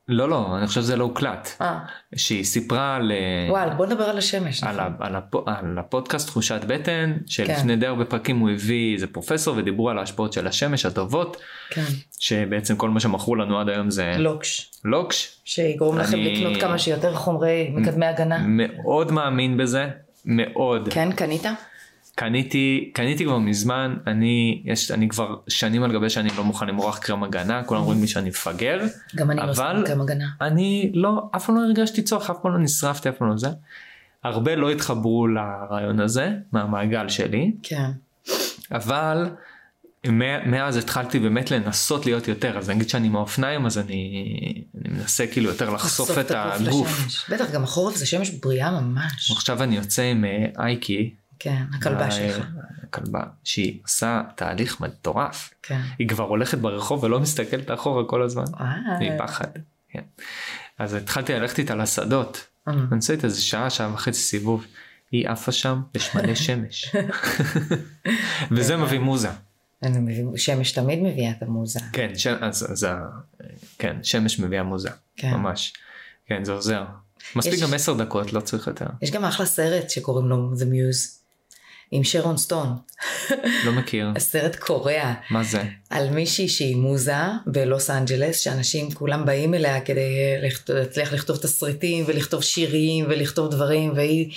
B: לא, לא, אני חושב שזה לא הוקלט.
C: אה,
B: שהיא סיפרה על...
C: וואלה, בוא נדבר על השמש. נכון?
B: על, ה, על, הפ, על הפודקאסט תחושת בטן
C: כן.
B: שלפני די הרבה פרקים הוא הביא איזה פרופסור ודיברו על ההשפעות של השמש הטובות
C: כן,
B: שבעצם כל מה שמכרו לנו עד היום זה
C: לוקש,
B: לוקש
C: שיגרום לכם
B: אה. אני-
C: לקנות כמה שיותר חומרי מקדמי הגנה.
B: מאוד מאמין בזה מאוד
C: כן, קנית?
B: קניתי קניתי כבר מזמן אני יש אני כבר שנים על גבי שנים לא מוכן למרוח קרם הגנה כולם אומרים לי שאני מפגר
C: גם אני לא
B: אבל-
C: עושה מקדם הגנה.
B: אני לא אף פעם לא הרגשתי צורך אף פעם לא נשרפתי אף פעם לא זה. הרבה לא התחברו לרעיון הזה מהמעגל שלי
C: כן.
B: אבל מ- מאז התחלתי באמת לנסות להיות יותר, אז נגיד שאני עם האופניים אז אני, אני מנסה כאילו יותר לחשוף את הגוף.
C: לשמש. בטח, גם החורף זה שמש בריאה ממש.
B: עכשיו אני יוצא עם אה, אייקי,
C: כן, הכלבה
B: אה,
C: שלך.
B: הכלבה, שהיא עושה תהליך מטורף.
C: כן.
B: היא כבר הולכת ברחוב ולא מסתכלת אחורה כל הזמן.
C: וואי.
B: מפחד. כן. אז התחלתי ללכת איתה לשדות.
C: אמ,
B: אני עושה איתה איזה שעה, שעה וחצי סיבוב. היא עפה שם בשמני [laughs] שמש. וזה מביא מוזה.
C: אני מבין, שמש תמיד מביאה את המוזה.
B: כן, ש... אז, אז ה... כן, שמש מביאה מוזה.
C: כן.
B: ממש. כן, זה עוזר. מספיק
C: יש-
B: גם עשר דקות, לא צריך יותר.
C: יש גם אחלה סרט שקוראים לו The Muse, עם שרון סטון.
B: לא מכיר.
C: הסרט קורע
B: מה זה?
C: על מישהי שהיא מוזה בלוס אנג'לס, שאנשים כולם באים אליה כדי אה, לכת- להצליח לכתוב תסריטים ולכתוב שירים ולכתוב דברים, והיא...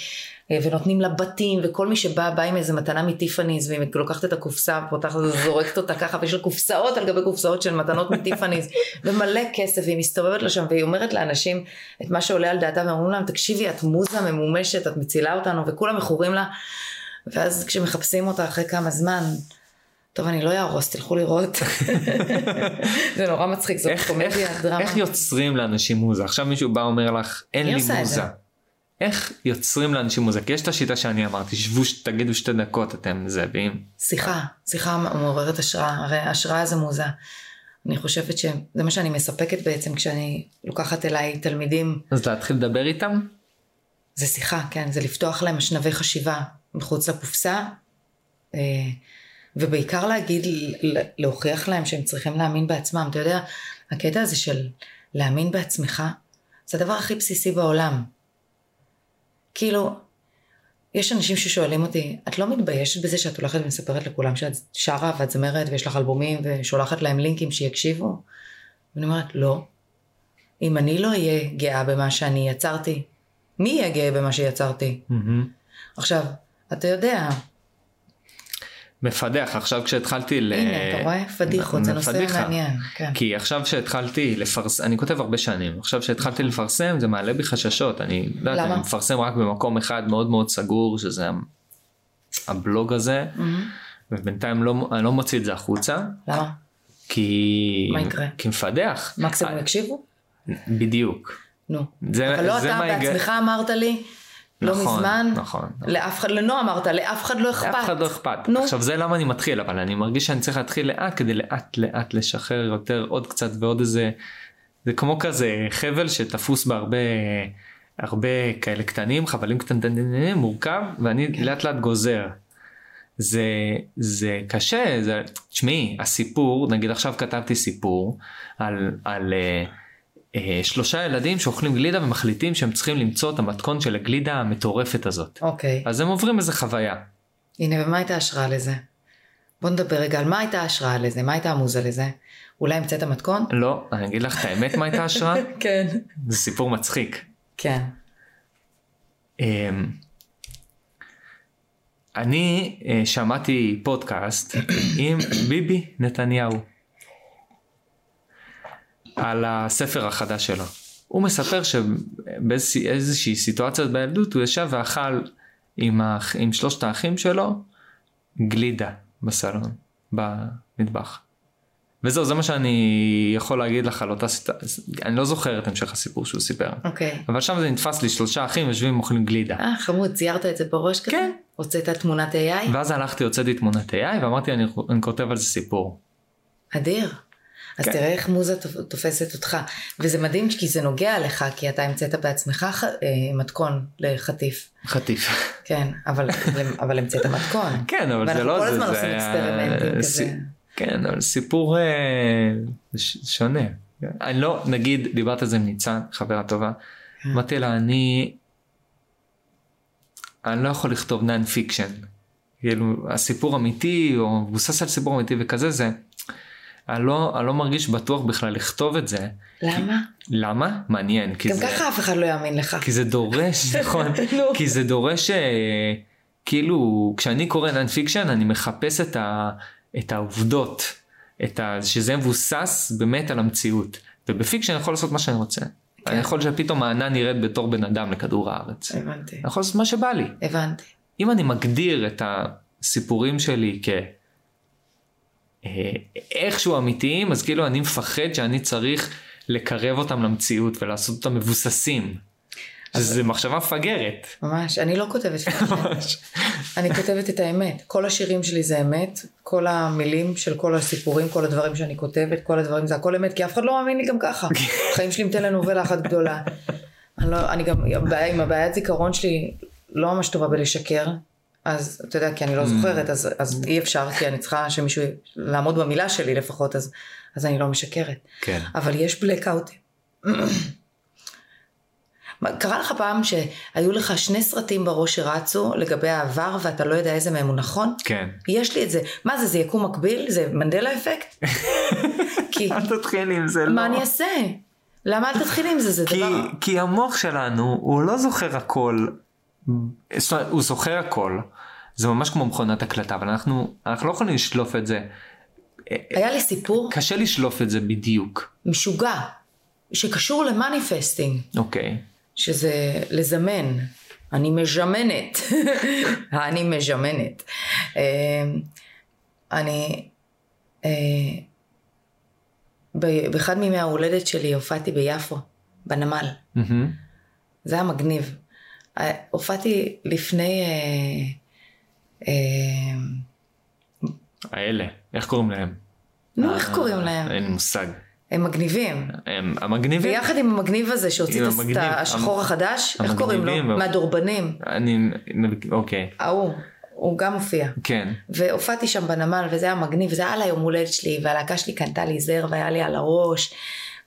C: אה, ונותנים לה בתים, וכל מי שבא, בא עם איזה מתנה מטיפאניז, והיא לוקחת את הקופסה, פותחת אותה, זורקת אותה ככה, ויש לה קופסאות על גבי קופסאות של מתנות מטיפאניז, [laughs] ומלא כסף, והיא מסתובבת לה שם, והיא אומרת לאנשים את מה שעולה על דעתה, ואומרים להם, תקשיבי, את מוזה ממומשת, את מצילה אותנו, וכולם מכורים לה, ואז כשמחפשים אותה אחרי כמה זמן, טוב, אני לא אהרוס, תלכו
B: [laughs]
C: לראות. זה נורא מצחיק, זאת
B: איך,
C: קומדיה,
B: איך,
C: דרמה.
B: איך יוצרים לאנשים מוזה? עכשיו מישהו בא אומר לך, אין
C: מי
B: לי
C: עושה את
B: מוזה.
C: זה?
B: איך יוצרים לאנשים מוזה? כי יש את השיטה שאני אמרתי, שבו, ש- תגידו שתי דקות אתם זה, ואם...
C: שיחה, שיחה מעוררת השראה, הרי השראה זה מוזה. אני חושבת שזה מה שאני מספקת בעצם כשאני לוקחת אליי תלמידים,
B: אז להתחיל לדבר איתם?
C: זה שיחה, כן, זה לפתוח להם אשנבי חשיבה מחוץ לקופסה, אה, ובעיקר להגיד, ל- להוכיח להם שהם צריכים להאמין בעצמם. אתה יודע, הקטע הזה של להאמין בעצמך, זה הדבר הכי בסיסי בעולם. כאילו, יש אנשים ששואלים אותי, את לא מתביישת בזה שאת הולכת ומספרת לכולם שאת שרה ואת זמרת ויש לך אלבומים ושולחת להם לינקים שיקשיבו? ואני אומרת, לא. אם אני לא אהיה גאה במה שאני יצרתי, מי יהיה גאה במה שיצרתי? עכשיו, אתה יודע,
B: מפדח עכשיו כשהתחלתי ל...
C: הנה, אתה רואה? פדיחות, זה נושא
B: מפדיחה.
C: מעניין. כן.
B: אה, כי עכשיו שהתחלתי לפרסם, אני כותב הרבה שנים, עכשיו שהתחלתי לפרסם זה מעלה בי חששות, אני לא יודעת,
C: נכון. למה?
B: אני מפרסם רק במקום אחד מאוד מאוד סגור, שזה הבלוג הזה,
C: מהמם.
B: ובינתיים לא, אני לא מוציא את זה החוצה,
C: למה?
B: כי...
C: מה יקרה?
B: כי מפדח.
C: מקסימום
B: אה,
C: יקשיבו?
B: בדיוק.
C: נו.
B: זה-
C: אבל לא
B: זה
C: אתה
B: מה יגע-
C: בעצמך אמרת לי, לא
B: נכון,
C: מזמן,
B: נכון.
C: לאף אחד, לנועה אמרת, לאף אחד לא אכפת.
B: אף אחד לא אכפת.
C: נו.
B: עכשיו זה למה אני מתחיל, אבל אני מרגיש שאני צריך להתחיל לאט כדי לאט לאט לשחרר יותר עוד קצת ועוד איזה, זה כמו כזה חבל שתפוס בהרבה, הרבה כאלה קטנים, חבלים קטנטנים, מורכב, ואני לאט לאט גוזר. זה, זה קשה, זה, תשמעי, הסיפור, נגיד עכשיו כתבתי סיפור על, על אה, אה, שלושה ילדים שאוכלים גלידה ומחליטים שהם צריכים למצוא את המתכון של הגלידה המטורפת הזאת.
C: אוקיי,
B: אז הם עוברים איזה חוויה.
C: הנה, ומה הייתה ההשראה לזה? בוא נדבר רגע על מה הייתה ההשראה לזה, מה הייתה המוזה לזה? אולי המצאת מתכון?
B: לא, אני אגיד לך את האמת מה הייתה השראה,
C: כן.
B: זה סיפור מצחיק.
C: כן.
B: אמ, אני אה, שמעתי פודקאסט [coughs] עם ביבי נתניהו על הספר החדש שלו. הוא מספר שבאיזושהי סיטואציה בילדות הוא ישב ואכל עם, האח, עם שלושת האחים שלו גלידה בסלון, במטבח. וזהו, זה מה שאני יכול להגיד לך על אותה סיטואציה, אני לא זוכר את המשך הסיפור שהוא סיפר.
C: אוקיי.
B: אבל שם זה נתפס לי שלושה אחים יושבים אוכלים גלידה.
C: אה, חמוד, ציירת את זה בראש כזה?
B: כן.
C: הוצאת תמונת AI?
B: ואז הלכתי הוצאתי תמונת AI ואמרתי אני, אני כותב על זה סיפור.
C: אדיר. אז
B: כן.
C: תראה איך מוזה תופ- תופסת אותך. וזה מדהים כי זה נוגע לך, כי אתה המצאת בעצמך ח- אה, מתכון לחטיף.
B: חטיף.
C: כן, אבל, אבל המצאת מתכון.
B: [laughs] כן אבל זה
C: ואנחנו
B: לא
C: כל
B: זה.
C: הזמן
B: זה
C: עושים
B: היה-
C: אקספרימנטים
B: סי-
C: כזה.
B: כן אבל סיפור אה, ש- שונה. אני לא נגיד דיברת על זה עם ניצן חברה טובה.
C: כן.
B: אמרתי לה אני. אני לא יכול לכתוב נאן פיקשן. כאילו הסיפור אמיתי או מבוסס על סיפור אמיתי וכזה זה. אני לא, אני לא מרגיש בטוח בכלל לכתוב את זה.
C: למה?
B: למה? מעניין, כי
C: גם
B: זה,
C: ככה אף אחד לא יאמין לך.
B: כי זה
C: [laughs]
B: דורש, נכון,
C: נו.
B: כי זה דורש, אה, כאילו, כשאני קורא נאן פיקשן, אני מחפש את, ה, את העובדות, את ה, שזה מבוסס באמת על המציאות. ובפיקשן אני יכול לעשות מה שאני רוצה.
C: כן.
B: אני יכול שפתאום הענן ירד בתור בן אדם לכדור הארץ. אני
C: הבנתי.
B: יכול לעשות מה שבא לי.
C: הבנתי.
B: אם אני מגדיר את הסיפורים שלי כ... אה, איכשהו אמיתיים, אז כאילו אני מפחד שאני צריך לקרב אותם למציאות ולעשות אותם מבוססים. שזו מחשבה מפגרת.
C: ממש, אני לא כותבת פאשן. אני כותבת את האמת. כל השירים שלי זה אמת, כל המילים של כל הסיפורים, כל הדברים שאני כותבת, כל הדברים זה הכל אמת, כי אף אחד לא מאמין לי גם ככה. החיים שלי עם טלנובלה אחת גדולה. אני, לא, אני גם, הבעיה, עם הבעיית זיכרון שלי לא ממש טובה בלשקר, אז אתה יודע, כי אני לא זוכרת, אז, אז אי אפשר, כי אני צריכה שמישהו לעמוד במילה שלי לפחות, אז, אז אני לא משקרת.
B: כן.
C: אבל יש בלקאוטים. מה- קרה לך פעם שהיו לך שני סרטים בראש שרצו לגבי העבר ואתה לא יודע איזה מהם הוא נכון?
B: כן.
C: יש לי את זה. מה זה, זה יקום מקביל? זה מנדלה
B: [laughs]
C: אפקט? כי
B: אל תתחיל עם זה, לא.
C: מה אני אעשה? למה אל תתחיל עם זה? זה
B: כי,
C: דבר...
B: כי המוח שלנו, הוא לא זוכר הכל. זאת אומרת, הוא זוכר הכל. זה ממש כמו מכונת הקלטה, אבל אנחנו, אנחנו לא יכולים לשלוף את זה.
C: היה לי סיפור
B: קשה לשלוף את זה בדיוק.
C: משוגע, שקשור למניפסטינג,
B: אוקיי.
C: שזה לזמן. אני מז'מנת. [laughs] אני מז'מנת. אה, אני... אה, ב- באחד מימי ההולדת שלי הופעתי ביפו, בנמל.
B: מהמם.
C: זה היה מגניב. אה, הופעתי לפני... אה, אה,
B: האלה, איך קוראים להם?
C: נו, איך קוראים
B: אה,
C: להם?
B: אין לי מושג.
C: הם מגניבים.
B: הם המגניבים.
C: ביחד עם המגניב הזה שהוציא
B: עם
C: את הס- את
B: המגניב,
C: השחור
B: המ-
C: החדש, איך קוראים לו?
B: המגניבים, אבל-
C: מהדורבנים.
B: אני, אוקיי.
C: ההוא, הוא גם הופיע.
B: כן.
C: והופעתי שם בנמל, וזה היה מגניב, זה היה על היום הולדת שלי, והלהקה שלי קנתה לי זר, והיה לי על הראש.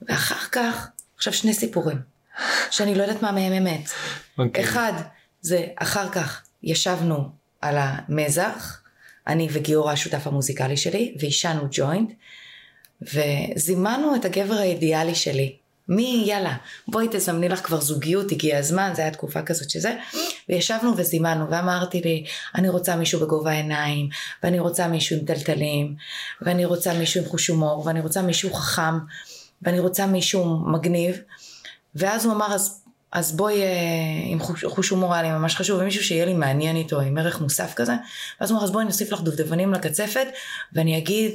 C: ואחר כך, עכשיו שני סיפורים, שאני לא יודעת מה מהם אמת.
B: אוקיי.
C: אחד, זה אחר כך ישבנו על המזח, אני וגיורא השותף המוזיקלי שלי, ועישנו ג'וינט, וזימנו את הגבר האידיאלי שלי. מי, יאללה, בואי תזמני לך כבר זוגיות, הגיע הזמן, זו הייתה תקופה כזאת שזה. וישבנו וזימנו, ואמרתי לי, אני רוצה מישהו בגובה העיניים, ואני רוצה מישהו עם טלטלים, ואני רוצה מישהו עם חוש הומור, ואני רוצה מישהו חכם, ואני רוצה מישהו מגניב. ואז הוא אמר, אז, אז בואי, אה, עם חוש, חוש הומור היה לי ממש חשוב, ומישהו שיהיה לי מעניין איתו, עם ערך מוסף כזה. ואז הוא אמר, אז בואי נוסיף לך דובדבנים לקצפת, ואני אגיד,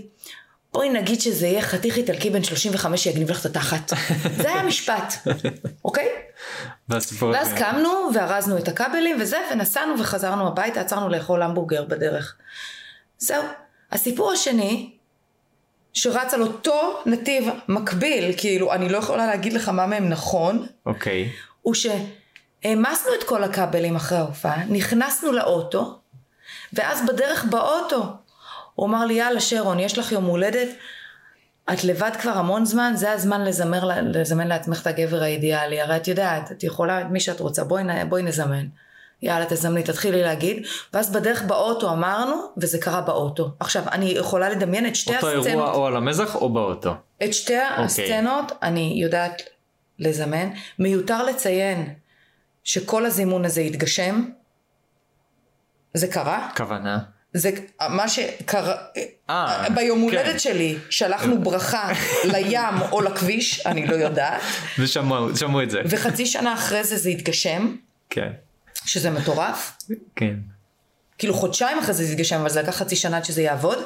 C: בואי נגיד שזה יהיה חתיך איטלקי בן 35 שיגניב לך את התחת. זה היה משפט, אוקיי?
B: והסיפור
C: ואז
B: הזה.
C: קמנו וארזנו את הכבלים וזה, ונסענו וחזרנו הביתה, עצרנו לאכול המבורגר בדרך. זהו. הסיפור השני, שרץ על אותו נתיב מקביל, כאילו, אני לא יכולה להגיד לך מה מהם נכון,
B: אוקיי.
C: הוא שהעמסנו את כל הכבלים אחרי ההופעה, נכנסנו לאוטו, ואז בדרך באוטו, הוא אמר לי, יאללה שרון, יש לך יום הולדת, את לבד כבר המון זמן, זה הזמן לזמר, לזמן לעצמך את הגבר האידיאלי, הרי את יודעת, את יכולה את מי שאת רוצה, בואי, נ- בואי נזמן. יאללה, תזמני, תתחילי להגיד. ואז בדרך באוטו אמרנו, וזה קרה באוטו. עכשיו, אני יכולה לדמיין את שתי
B: אותו
C: הסצנות.
B: אירוע או על המזח או באוטו.
C: את שתי okay. הסצנות
B: אוקיי.
C: אני יודעת לזמן. מיותר לציין שכל הזימון הזה התגשם. זה קרה.
B: כוונה.
C: זה מה שקרה.
B: אה,
C: ביום הולדת
B: כן.
C: שלי שלחנו ברכה לים או לכביש, אני לא יודעת.
B: ושמעו שמעו את זה.
C: וחצי שנה אחרי זה זה התגשם,
B: כן.
C: שזה מטורף.
B: כן.
C: כאילו חודשיים אחרי זה זה התגשם, אבל זה לקח חצי שנה עד שזה יעבוד,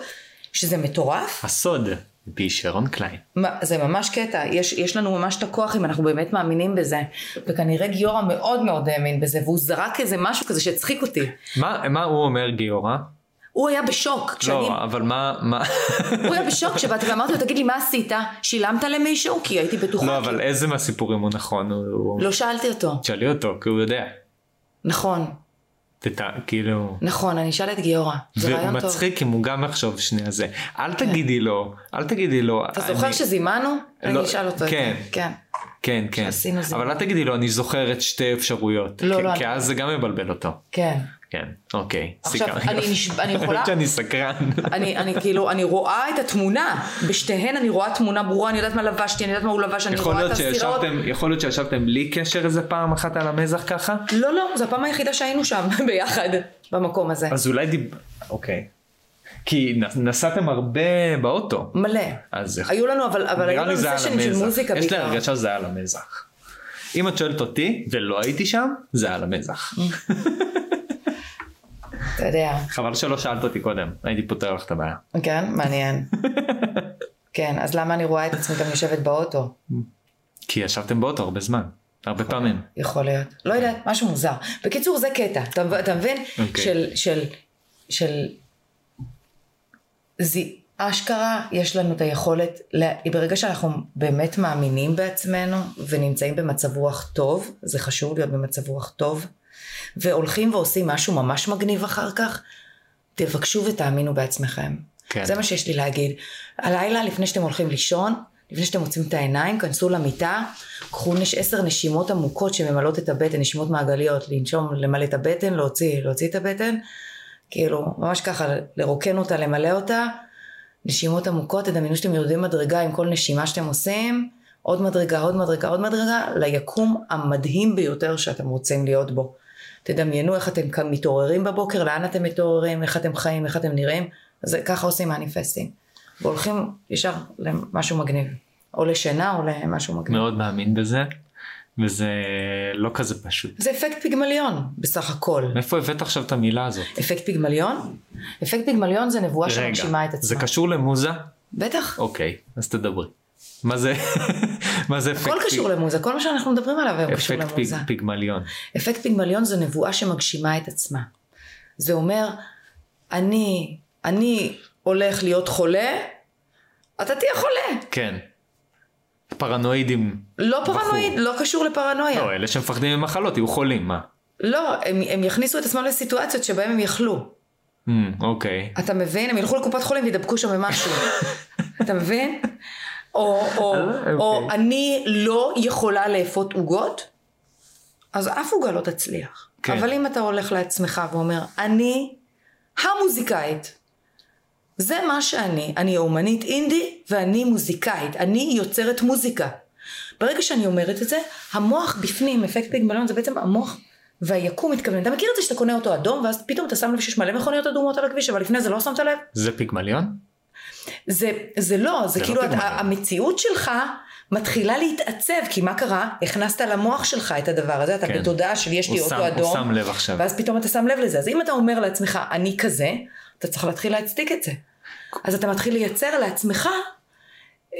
C: שזה מטורף.
B: הסוד. בי שרון קליין.
C: מה- זה ממש קטע, יש, יש לנו ממש את הכוח אם אנחנו באמת מאמינים בזה. וכנראה גיורא מאוד מאוד האמין בזה, והוא זרק איזה משהו כזה שהצחיק אותי.
B: מה, מה הוא אומר גיורא?
C: הוא היה בשוק, כשאני,
B: לא, אה. אבל מה, מה,
C: הוא היה בשוק כשבאתי ואמרתי לו, תגיד לי, מה עשית? שילמת למישהו? כי הייתי בטוחה.
B: לא,
C: כי-"
B: אבל איזה מהסיפורים הוא נכון? הוא- הוא...
C: לא שאלתי אותו.
B: תשאלי אותו, כי הוא יודע.
C: נכון,
B: תת... כאילו...
C: נכון, אני אשאל את גיורא. זה רעיון טוב. כן.
B: ומצחיק אם הוא גם יחשוב שנייה זה. אל תגידי לו, אל תגידי לו.
C: אתה זוכר
B: אני-
C: שזימנו? אני
B: לא,
C: אשאל אותו. את זה.
B: כן.
C: כן.
B: כן, כן.
C: שעשינו זה.
B: אבל אל תגידי לו, אני זוכרת שתי אפשרויות.
C: לא,
B: כי-
C: לא,
B: כי
C: אני-
B: אז זה גם מבלבל אותו.
C: כן.
B: כן, אוקיי.
C: עכשיו,
B: סיכמנו.
C: אני נשב- אני יכולה-
B: שאני סקרן.
C: אני, אני כאילו, אני רואה את התמונה, בשתיהן אני רואה תמונה ברורה, אני יודעת מה לבשתי, אני יודעת מה הוא לבש, אני
B: יכול
C: רואה את
B: להיות
C: הסירות.
B: שישבתם, יכול להיות שישבתם בלי קשר איזה פעם אחת על המזח ככה?
C: לא, לא, זו הפעם היחידה שהיינו שם [laughs] ביחד, במקום הזה.
B: אז אולי דיב... אוקיי. כי נ- נסעתם הרבה באוטו.
C: מלא.
B: אז
C: היו לנו, אבל, אבל היו
B: נראה לי
C: לנו
B: זה היה על
C: סשנים של מוזיקה
B: המזח. יש לי
C: בעיקר.
B: הרגשה שזה היה על המזח. אם
C: Mm.
B: את שואלת אותי, ולא הייתי שם, זה היה על המזח.
C: אתה יודע.
B: חבל שלא שאלת אותי קודם, הייתי פותר לך את הבעיה.
C: כן,
B: [laughs]
C: מעניין. כן, אז למה אני רואה את עצמי גם יושבת באוטו?
B: כי ישבתם באוטו הרבה זמן, הרבה
C: נכון.
B: פעמים.
C: יכול להיות. לא יודעת, משהו מוזר. בקיצור, זה קטע. אתה, אתה מבין?
B: אוקיי.
C: של... של... של... זה... אשכרה, יש לנו את היכולת, לה... ברגע שאנחנו באמת מאמינים בעצמנו ונמצאים במצב רוח טוב, זה חשוב להיות במצב רוח טוב, והולכים ועושים משהו ממש מגניב אחר כך, תבקשו ותאמינו בעצמכם.
B: כן.
C: זה מה שיש לי להגיד. הלילה, לפני שאתם הולכים לישון, לפני שאתם מוצאים את העיניים, כנסו למיטה, קחו נש... עשר נשימות עמוקות שממלאות את הבטן, נשימות מעגליות, לנשום, למלא את הבטן, להוציא, להוציא את הבטן, כאילו, ממש ככה, לרוקן אותה, למלא אותה. נשימות עמוקות, תדמיינו שאתם יורדים מדרגה עם כל נשימה שאתם עושים, עוד מדרגה, עוד מדרגה, עוד מדרגה, ליקום המדהים ביותר שאתם רוצים להיות בו. תדמיינו איך אתם כאן מתעוררים בבוקר, לאן אתם מתעוררים, איך אתם חיים, איך אתם נראים, זה ככה עושים מניפסטים. והולכים ישר למשהו מגניב, או לשינה או למשהו מגניב.
B: מאוד מאמין בזה, וזה לא כזה פשוט.
C: זה אפקט פיגמליון בסך הכל.
B: מאיפה הבאת עכשיו את המילה הזאת?
C: אפקט פיגמליון? אפקט פיגמליון זה נבואה
B: רגע,
C: שמגשימה לא את עצמה.
B: זה קשור למוזה?
C: בטח,
B: אוקיי, אז תדברי. מה זה [laughs] מה זה
C: הכל
B: אפקט
C: קשור למוזה, כל מה שאנחנו מדברים עליו היום קשור
B: אפקט
C: למוזה.
B: פיג- פיגמליון?
C: אפקט פיגמליון זו נבואה שמגשימה את עצמה. זה אומר, אני, אני הולך להיות חולה, אתה תהיה חולה.
B: כן. פרנואידים.
C: לא
B: בחור.
C: פרנואיד, לא קשור לפרנויה.
B: לא, אלה שמפחדים ממחלות יהיו חולים, מה?
C: לא, הם, הם יכניסו את עצמם לסיטואציות שבהם הם יחלו.
B: Hmm, אוקיי.
C: אתה מבין? הם ילכו לקופת חולים וידבקו שם
B: [laughs]
C: במשהו. אתה מבין? או, או,
B: אה,
C: או
B: אוקיי.
C: אני לא יכולה לאפות עוגות, אז אף עוגה לא תצליח.
B: כן.
C: אבל אם אתה הולך לעצמך ואומר, אני המוזיקאית, זה מה שאני, אני אומנית אינדי ואני מוזיקאית, אני יוצרת מוזיקה. ברגע שאני אומרת את זה, המוח בפנים, אפקט פיגמליון זה בעצם המוח והיקום מתכוון. אתה מכיר את זה שאתה קונה אותו אדום ואז פתאום אתה שם לב שיש מלא מכוניות אדומות על הכביש אבל לפני זה לא שמת לב?
B: זה פיגמליון?
C: זה, זה לא, זה,
B: לא
C: זה כאילו לא
B: פיגמליון.
C: המציאות שלך מתחילה להתעצב, כי מה קרה? הכנסת למוח שלך את הדבר הזה, אתה
B: כן.
C: כן. בתודעה של יש לי
B: הוא
C: אוטו
B: שם- הוא
C: אדום,
B: שם לב עכשיו.
C: ואז פתאום אתה שם לב לזה. אז אם אתה אומר לעצמך, אני כזה, אתה צריך להתחיל להצדיק את זה. אז אתה מתחיל לייצר לעצמך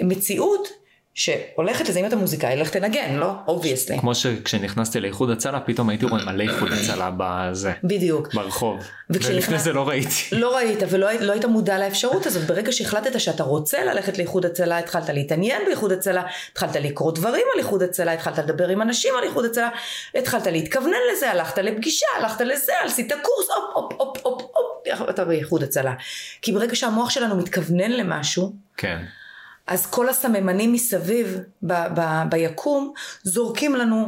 C: מציאות שהולכת לזה, אם אתה מוזיקאי, לך תנגן, לא? אובייסלי.
B: כמו שכשנכנסתי לאיחוד הצלה, פתאום הייתי רואה מלא איחוד הצלה בזה,
C: בדיוק.
B: ברחוב.
C: וכשנכנס-
B: ולפני זה לא ראיתי.
C: לא ראית ולא היית- לא היית מודע לאפשרות הזאת. ברגע שהחלטת שאתה רוצה ללכת לאיחוד הצלה, התחלת להתעניין באיחוד הצלה, התחלת לקרוא דברים על איחוד הצלה, התחלת לדבר עם אנשים על איחוד הצלה, התחלת להתכוונן לזה, הלכת לפגישה, הלכת לזה, עשית קורס, הופ, הופ, הופ, הופ, הופ, אתה באיחוד הצלה. כי ברגע שהמוח שלנו מתכוונן למשהו,
B: כן.
C: אז כל הסממנים מסביב ב- ב- ביקום זורקים לנו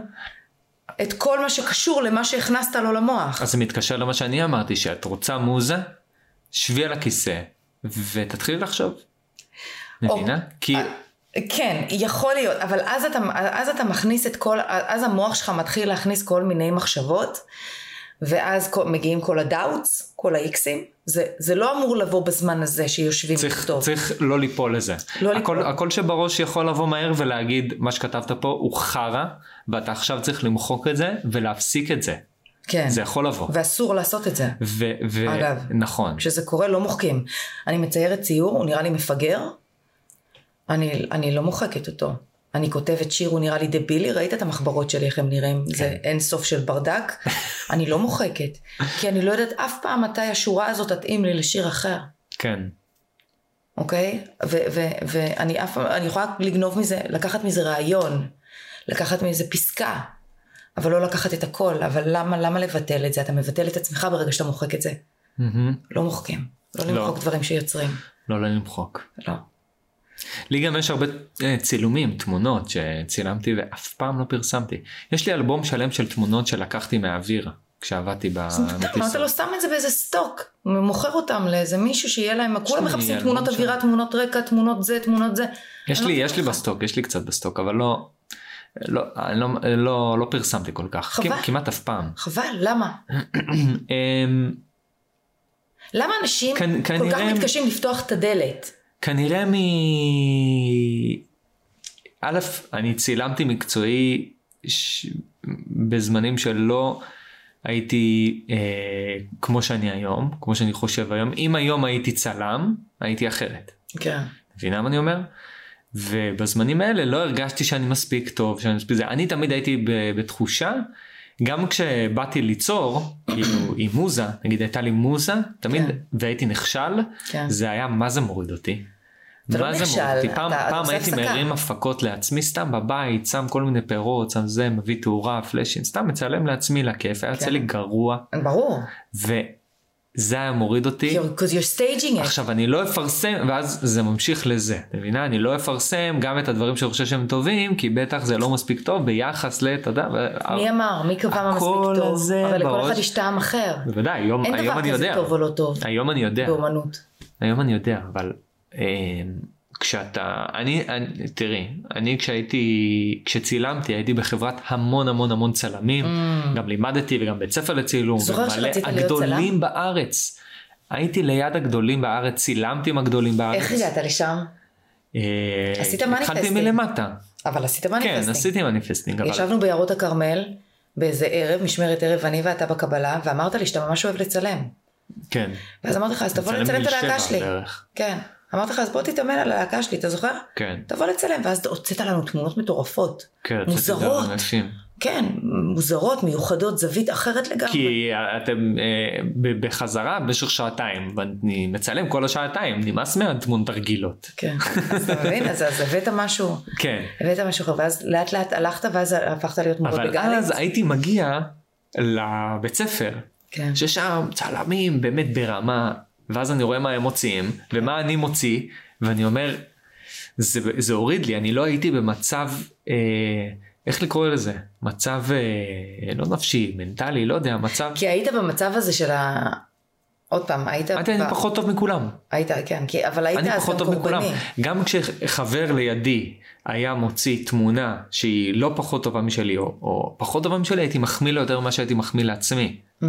C: את כל מה שקשור למה שהכנסת לו למוח.
B: אז זה מתקשר למה שאני אמרתי, שאת רוצה מוזה, שבי על הכיסא, ותתחילי לחשוב. מבינה?
C: אה,
B: כי
C: כן, יכול להיות, אבל אז אתה, אז אתה מכניס את כל, אז המוח שלך מתחיל להכניס כל מיני מחשבות, ואז כל, מגיעים כל הדאוטס, כל האיקסים, זה, זה לא אמור לבוא בזמן הזה שיושבים
B: צריך,
C: לכתוב.
B: צריך לא ליפול לזה.
C: לא
B: הכל,
C: ליפול.
B: הכל שבראש יכול לבוא מהר ולהגיד מה שכתבת פה הוא חרא, ואתה עכשיו צריך למחוק את זה ולהפסיק את זה.
C: כן,
B: זה יכול לבוא.
C: ואסור לעשות את זה.
B: ו... ו...
C: אגב.
B: נכון.
C: כשזה קורה לא מוחקים. אני מציירת ציור, הוא נראה לי מפגר, אני, אני לא מוחקת אותו. אני כותבת שיר, הוא נראה לי דבילי, ראית את המחברות שלי, איך הם נראים, זה אין סוף של ברדק. אני לא מוחקת, כי אני לא יודעת אף פעם מתי השורה הזאת תתאים לי לשיר אחר,
B: כן.
C: אוקיי? ו- ו- ואני אף פעם, אני יכולה לגנוב מזה, לקחת מזה רעיון, לקחת מזה פסקה, אבל לא לקחת את הכל, אבל למה, למה לבטל את זה? אתה מבטל את עצמך ברגע שאתה מוחק את זה.
B: מהמם.
C: לא מוחקים. לא
B: לא.
C: למחוק דברים שיוצרים.
B: לא, לא למחוק.
C: לא.
B: לי גם יש הרבה אה, צילומים, תמונות שצילמתי ואף פעם לא פרסמתי. יש לי אלבום שלם של תמונות שלקחתי מהאוויר כשעבדתי
C: סתם, למה אתה
B: במטיסה.
C: לא שם את זה באיזה סטוק? מוכר אותם לאיזה מישהו שיהיה להם, כולם
B: לי
C: מחפשים
B: אלבום
C: תמונות
B: שם.
C: אווירה, תמונות רקע, תמונות זה, תמונות זה.
B: לא יש
C: אני
B: לי,
C: לא
B: יש לי בסטוק, יש לי קצת בסטוק, אבל לא, לא, לא, לא, לא פרסמתי כל כך.
C: חבל.
B: כמעט- כמעט אף
C: [clears throat]
B: פעם.
C: חבל, למה?
B: אמ,
C: למה אנשים
B: כנ-
C: כל כך
B: כנראה-
C: מתקשים לפתוח את הדלת?
B: כנראה מ... א', אני צילמתי מקצועי ש... בזמנים שלא הייתי אה, כמו שאני היום, כמו שאני חושב היום. אם היום הייתי צלם, הייתי אחרת.
C: כן.
B: מבינה מה אני אומר? ובזמנים האלה לא הרגשתי שאני מספיק טוב, שאני מספיק זה. אני תמיד הייתי ב- בתחושה, גם כשבאתי ליצור,
C: [coughs]
B: כאילו עם מוזה, נגיד הייתה לי מוזה, תמיד,
C: כן.
B: והייתי נכשל,
C: כן.
B: זה היה מה זה מוריד אותי.
C: אתה לא
B: מה זה
C: נכשל,
B: מוריד אותי? פעם,
C: אתה- אתה
B: פעם
C: עושה
B: הייתי
C: הפסקה.
B: מרים הפקות לעצמי, סתם בבית, שם כל מיני פירות, שם זה, מביא תאורה, פלאשים, סתם מצלם לעצמי לכיף, היה יוצא
C: כן.
B: לי גרוע,
C: ברור.
B: אוקיי. וזה היה מוריד אותי.
C: You're, 'cause you're staging it.
B: עכשיו אני לא אפרסם ואז זה ממשיך לזה, את מבינה? אני לא אפרסם גם את הדברים שאני חושב שהם טובים כי בטח זה לא מספיק טוב ביחס ל... אתה יודע, ו-
C: מי אמר? מי קבע מה
B: הכל
C: מספיק טוב?
B: הזה
C: אבל לכל
B: בראש.
C: אחד יש טעם אחר.
B: בוודאי, היום,
C: אין
B: היום
C: דבר
B: אני
C: כזה
B: יודע,
C: טוב או לא טוב
B: היום אני יודע,
C: באומנות.
B: היום אני יודע, אבל אה, כשאתה, אני, אני, תראי, אני כשהייתי, כשצילמתי הייתי בחברת המון המון המון צלמים,
C: Mm.
B: גם לימדתי וגם בית ספר לצילום,
C: זוכר שרצית להיות
B: הגדולים
C: צלם?
B: בארץ. הייתי ליד הגדולים בארץ, צילמתי עם הגדולים בארץ.
C: איך הגעת לשם?
B: אה,
C: עשית
B: התחלתי
C: מניפסטינג.
B: מלמטה.
C: אבל עשית
B: כן,
C: מניפסטינג.
B: עשיתי מניפסטינג, אבל
C: ישבנו ביערות הכרמל באיזה ערב, משמרת ערב, אני ואתה בקבלה, ואמרת לי שאתה ממש אוהב לצלם.
B: כן.
C: ואז אמרתי לך, אז תבוא
B: מצלם
C: לצלם את
B: בגיל
C: הלהקה
B: שבע
C: שלי.
B: בערך.
C: כן. אמרתי לך, אז בוא תתאמן על הלהקה שלי, אתה זוכר?
B: כן,
C: תבוא לצלם, ואז הוצאת לנו תמונות מטורפות.
B: כן, רציתי
C: מוזרות.
B: לדבר עם אנשים.
C: כן, מוזרות, מיוחדות, זווית אחרת לגמרי.
B: כי אתם אה, ב- בחזרה במשך שעתיים, ואני מצלם כל השעתיים, נמאס מהתמונות הרגילות.
C: כן, אז אתה מבין? אז אז הבאת משהו,
B: כן,
C: הבאת משהו אחר, ואז לאט לאט הלכת, ואז הפכת להיות מורה
B: אבל
C: בגלית.
B: אז הייתי מגיע לבית ספר,
C: כן.
B: ששם צלמים באמת ברמה, ואז אני רואה מה הם מוציאים, ומה אני מוציא, ואני אומר, זה, זה הוריד לי, אני לא הייתי במצב, אה, איך לקרוא לזה? מצב אה, לא נפשי, מנטלי, לא יודע, מצב,
C: כי היית במצב הזה של ה... עוד פעם, היית...
B: אמרתי, אני
C: ב-
B: פחות טוב מכולם.
C: היית, כן, כי, אבל היית
B: אני
C: אז
B: פחות
C: גם
B: טוב מכולם.
C: קורבני.
B: גם כשחבר לידי היה מוציא תמונה שהיא לא פחות טובה משלי, או, או פחות טובה משלי, הייתי מחמיא לו יותר ממה שהייתי מחמיא לעצמי.
C: Mm.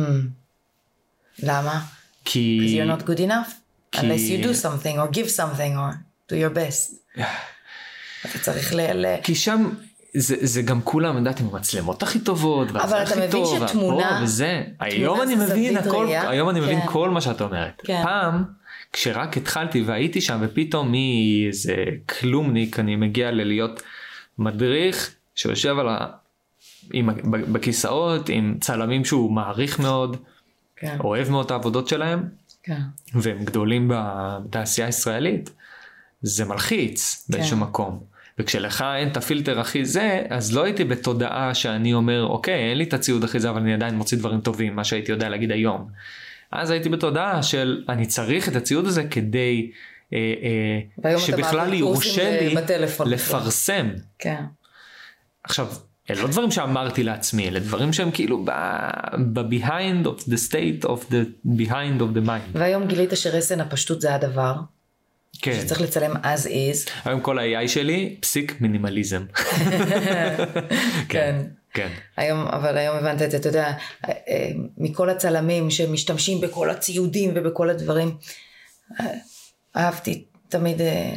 C: למה? Because
B: כי...
C: you're not good enough,
B: כי-
C: unless you do something, or give something, or do your best. אתה צריך ל... ל...
B: כי שם זה, זה גם כולם, יודעת, עם המצלמות הכי טובות,
C: אבל
B: והזה
C: אתה
B: הכי
C: מבין
B: טוב,
C: שתמונה-
B: והפה וזה. היום אני
C: זה
B: מבין
C: זווית
B: הכל,
C: ראייה.
B: היום אני מבין
C: כן.
B: כל מה שאת אומרת.
C: כן.
B: פעם, כשרק התחלתי והייתי שם, ופתאום מאיזה כלומניק אני מגיע ללהיות מדריך שיושב על ה... עם, ה- ב- בכיסאות, עם צלמים שהוא מעריך מאוד,
C: כן,
B: אוהב מאוד את העבודות שלהם,
C: כן.
B: והם גדולים בתעשייה הישראלית, זה מלחיץ
C: כן.
B: באיזשהו מקום. וכשלך אין את הפילטר הכי זה, אז לא הייתי בתודעה שאני אומר, אוקיי, אין לי את הציוד הכי זה, אבל אני עדיין מוציא דברים טובים, מה שהייתי יודע להגיד היום. אז הייתי בתודעה של אני צריך את הציוד הזה כדי אה, אה,
C: והיום אתה
B: שבכלל
C: מעביר
B: יורשה
C: קורסים
B: לי
C: ב- בטלפון.
B: לפרסם.
C: כן.
B: עכשיו, אלה לא דברים שאמרתי לעצמי, אלה דברים שהם כאילו ב-behind of the state of the behind of the mind.
C: והיום גילית שרסן הפשטות זה הדבר,
B: כן.
C: שצריך לצלם as is.
B: היום כל ה-AI שלי, פסיק מינימליזם.
C: [laughs] כן.
B: כן.
C: היום, אבל היום הבנת את זה, אתה יודע, אה, אה, מכל הצלמים שמשתמשים בכל הציודים ובכל הדברים, אה, אהבתי תמיד, אה,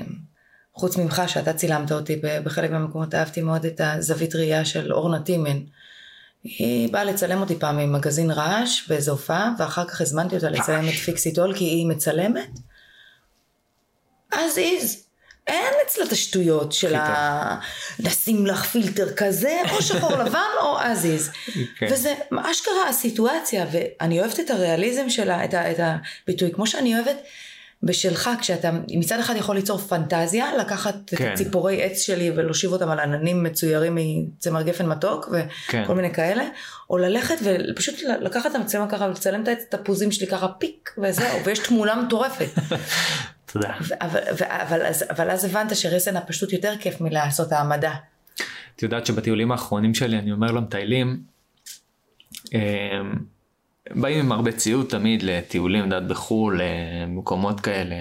C: חוץ ממך, שאתה צילמת אותי ב- בחלק מהמקומות, אהבתי מאוד את הזווית ראייה של אורנה טימן. היא באה לצלם אותי פעם עם מגזין רעש באיזה הופעה, ואחר כך הזמנתי אותה לצלם את פיקסי דול, כי היא מצלמת. אז איז. אין אצלה את השטויות של
B: הכי
C: ה... נשים לך פילטר כזה, או שחור לבן או אזיז.
B: כן.
C: וזה אשכרה הסיטואציה, ואני אוהבת את הריאליזם שלה, את, ה, את הביטוי, כמו שאני אוהבת בשלך, כשאתה מצד אחד יכול ליצור פנטזיה, לקחת
B: כן.
C: את הציפורי עץ שלי ולהושיב אותם על עננים מצוירים מצמר גפן מתוק, וכל
B: כן.
C: מיני כאלה, או ללכת ופשוט לקחת את המצלמה ככה ולצלם את התפוזים שלי ככה פיק, וזהו, ויש תמונה
B: [laughs]
C: מטורפת.
B: תודה.
C: ו- אבל, ו- אבל, אז, אבל אז הבנת שרסן הפשוט יותר כיף מלעשות העמדה.
B: את יודעת שבטיולים האחרונים שלי אני אומר למטיילים, אמ, באים עם הרבה ציוד תמיד לטיולים, דעת בחו"ל, למקומות כאלה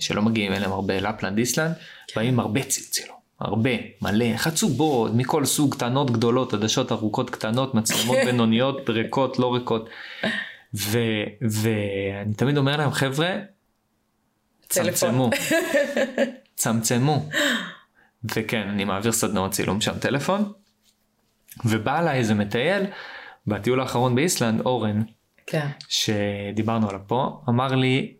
B: שלא מגיעים אליהם הרבה, לפלנד, איסלנד,
C: כן.
B: באים עם הרבה ציוד צילום. הרבה, מלא, חצובות, מכל סוג, קטנות, גדולות, עדשות ארוכות, קטנות,
C: [laughs]
B: מצלמות בינוניות, ריקות, לא ריקות. ו- ואני תמיד אומר להם, חבר'ה,
C: טלפון."
B: צמצמו, צמצמו. וכן, אני מעביר סדנאות צילום שם טלפון, ובא אליי איזה מטייל, בטיול האחרון באיסלנד, אורן,
C: כן.
B: שדיברנו עליו פה, אמר לי,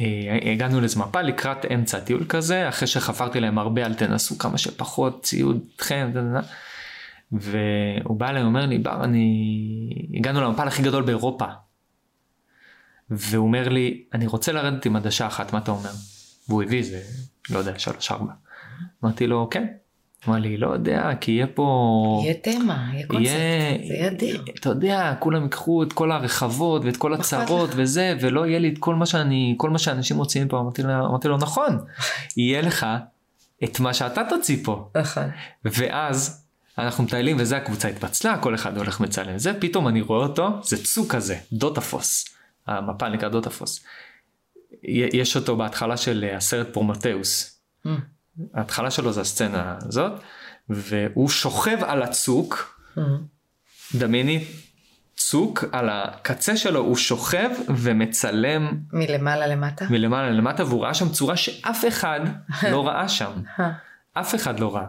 B: אה, הגענו לאיזה מפה לקראת אמצע הטיול כזה, אחרי שחפרתי להם הרבה, אל תנסו כמה שפחות, ציוד אתכם, דה, דה, דה. והוא בא אליי, אומר לי, בר, אני... הגענו למפל הכי גדול באירופה. והוא אומר לי, אני רוצה לרדת עם עדשה אחת, מה אתה אומר? והוא הביא איזה, לא יודע, שלוש ארבע. אמרתי לו, כן. אמר לי, לא יודע, כי יהיה פה...
C: יהיה תמה, יהיה קונספט, זה יהיה אדיר. נכון.
B: אתה יודע, כולם ייקחו את כל הרחבות ואת כל
C: אכפת
B: הצרות
C: לך.
B: וזה, ולא יהיה לי את כל מה שאני, כל מה שאנשים מוציאים פה. אמרתי לו, אמרתי לו נכון, יהיה לך את מה שאתה תוציא פה.
C: נכון.
B: ואז אנחנו מטיילים וזה הקבוצה התפצלה, כל אחד הולך מצלם זה, פתאום אני רואה אותו, זה צוק כזה, דוטאפוס. המפה נקרא דוטאפוס. י- יש אותו בהתחלה של אה, הסרט פרומטאוס.
C: Mm.
B: ההתחלה שלו זה הסצנה הזאת, והוא שוכב על הצוק,
C: Mm.
B: דמייני צוק, על הקצה שלו הוא שוכב ומצלם
C: מלמעלה למטה?
B: מלמעלה למטה, והוא ראה שם צורה שאף אחד לא ראה שם.
C: אה,
B: אף אחד לא ראה.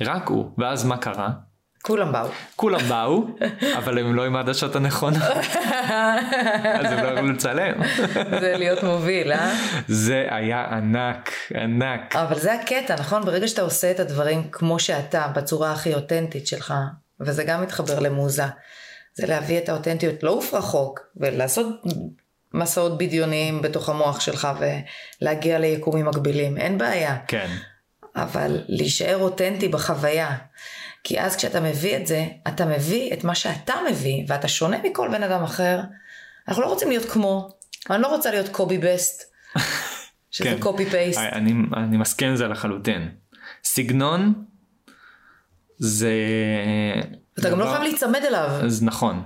B: רק הוא. ואז מה קרה?
C: כולם באו.
B: כולם באו, אבל הם לא עם העדשות הנכונות, אז הם לא יכלו לצלם.
C: זה להיות מוביל, אה?
B: זה היה ענק, ענק.
C: אבל זה הקטע, נכון? ברגע שאתה עושה את הדברים כמו שאתה, בצורה הכי אותנטית שלך, וזה גם מתחבר למוזה, זה להביא את האותנטיות לעוף רחוק, ולעשות מסעות בדיוניים בתוך המוח שלך, ולהגיע ליקומים מקבילים, אין בעיה.
B: כן,
C: אבל להישאר אותנטי בחוויה. כי אז כשאתה מביא את זה, אתה מביא את מה שאתה מביא, ואתה שונה מכל בן אדם אחר. אנחנו לא רוצים להיות כמו, אני לא רוצה להיות קובי
B: [laughs]
C: בסט, שזה
B: כן.
C: קופי פייסט.
B: אני, אני מסכים עם זה לחלוטין. סגנון זה...
C: אתה גם לא
B: דבר-
C: חייב להיצמד אליו.
B: אז נכון.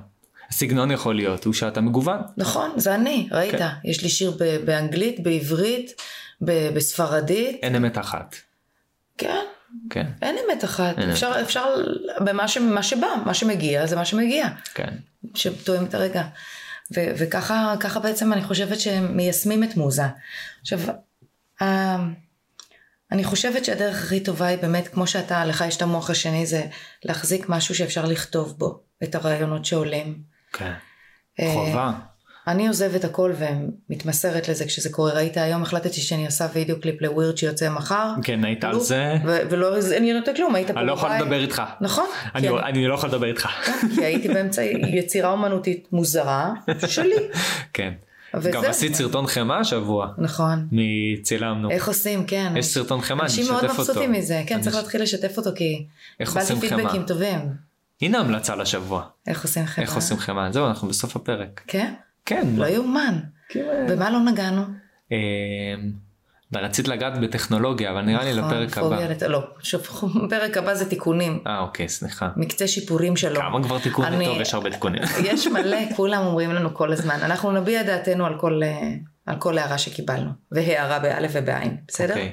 B: סגנון יכול להיות, הוא שאתה מגוון.
C: נכון, זה אני, ראית?
B: כן.
C: יש לי שיר ב- באנגלית, בעברית, ב- בספרדית.
B: אין אמת אחת.
C: כן,
B: כן,
C: אין אמת אחת.
B: אין
C: אפשר, אפשר במה ש- מה שבא, מה שמגיע זה מה שמגיע.
B: כן.
C: שתואם את הרגע. ו- וככה ככה בעצם אני חושבת שהם מיישמים את מוזה. עכשיו, ה- אני חושבת שהדרך הכי טובה היא באמת, כמו שאתה, לך יש את המוח השני, זה להחזיק משהו שאפשר לכתוב בו את הרעיונות שעולים.
B: כן.
C: אה,
B: חובה.
C: אני עוזבת הכל ומתמסרת לזה כשזה קורה. ראית היום החלטתי שאני עושה וידאו קליפ לווירד שיוצא מחר.
B: כן, היית על
C: לא,
B: זה.
C: ו- ולא עניין אותי כלום, היית פה
B: אני לא יכול
C: בבית.
B: לדבר איתך.
C: נכון. כי
B: אני אני לא יכול לדבר איתך. [laughs]
C: כי הייתי באמצע יצירה אומנותית מוזרה שלי.
B: כן.
C: וזה-
B: גם עשית סרטון חמאה השבוע.
C: נכון.
B: מצילמנו.
C: איך עושים, כן.
B: יש סרטון חמאה, אני
C: אנשים
B: אשתף
C: מאוד
B: אותו.
C: מבסוטים מזה, כן,
B: אני
C: צריך
B: אש-
C: להתחיל לשתף אותו, כי
B: איך
C: קיבלתי
B: עושים
C: פידבקים
B: חמאה?
C: טובים.
B: הנה המלצה לשבוע.
C: איך עושים חמאה?
B: איך עושים חמאה? זהו, אנחנו בסוף הפרק.
C: כן?
B: כן.
C: לא יאומן. במה לא נגענו?
B: אמ, ורצית לגעת בטכנולוגיה, אבל נראה לי
C: נכון,
B: לפרק
C: פוביה
B: הבא.
C: לת- לא, שוב, [laughs] פרק הבא זה תיקונים.
B: אה, אוקיי, סליחה.
C: מקצה שיפורים שלו.
B: כמה כבר תיקונים?
C: לא. אני-
B: טוב, יש הרבה תיקונים.
C: יש מלא, כולם אומרים לנו כל הזמן. אנחנו נביע דעתנו על כל, אה, על כל הערה שקיבלנו. והערה באלף ובעין, בסדר? כן,
B: אוקיי.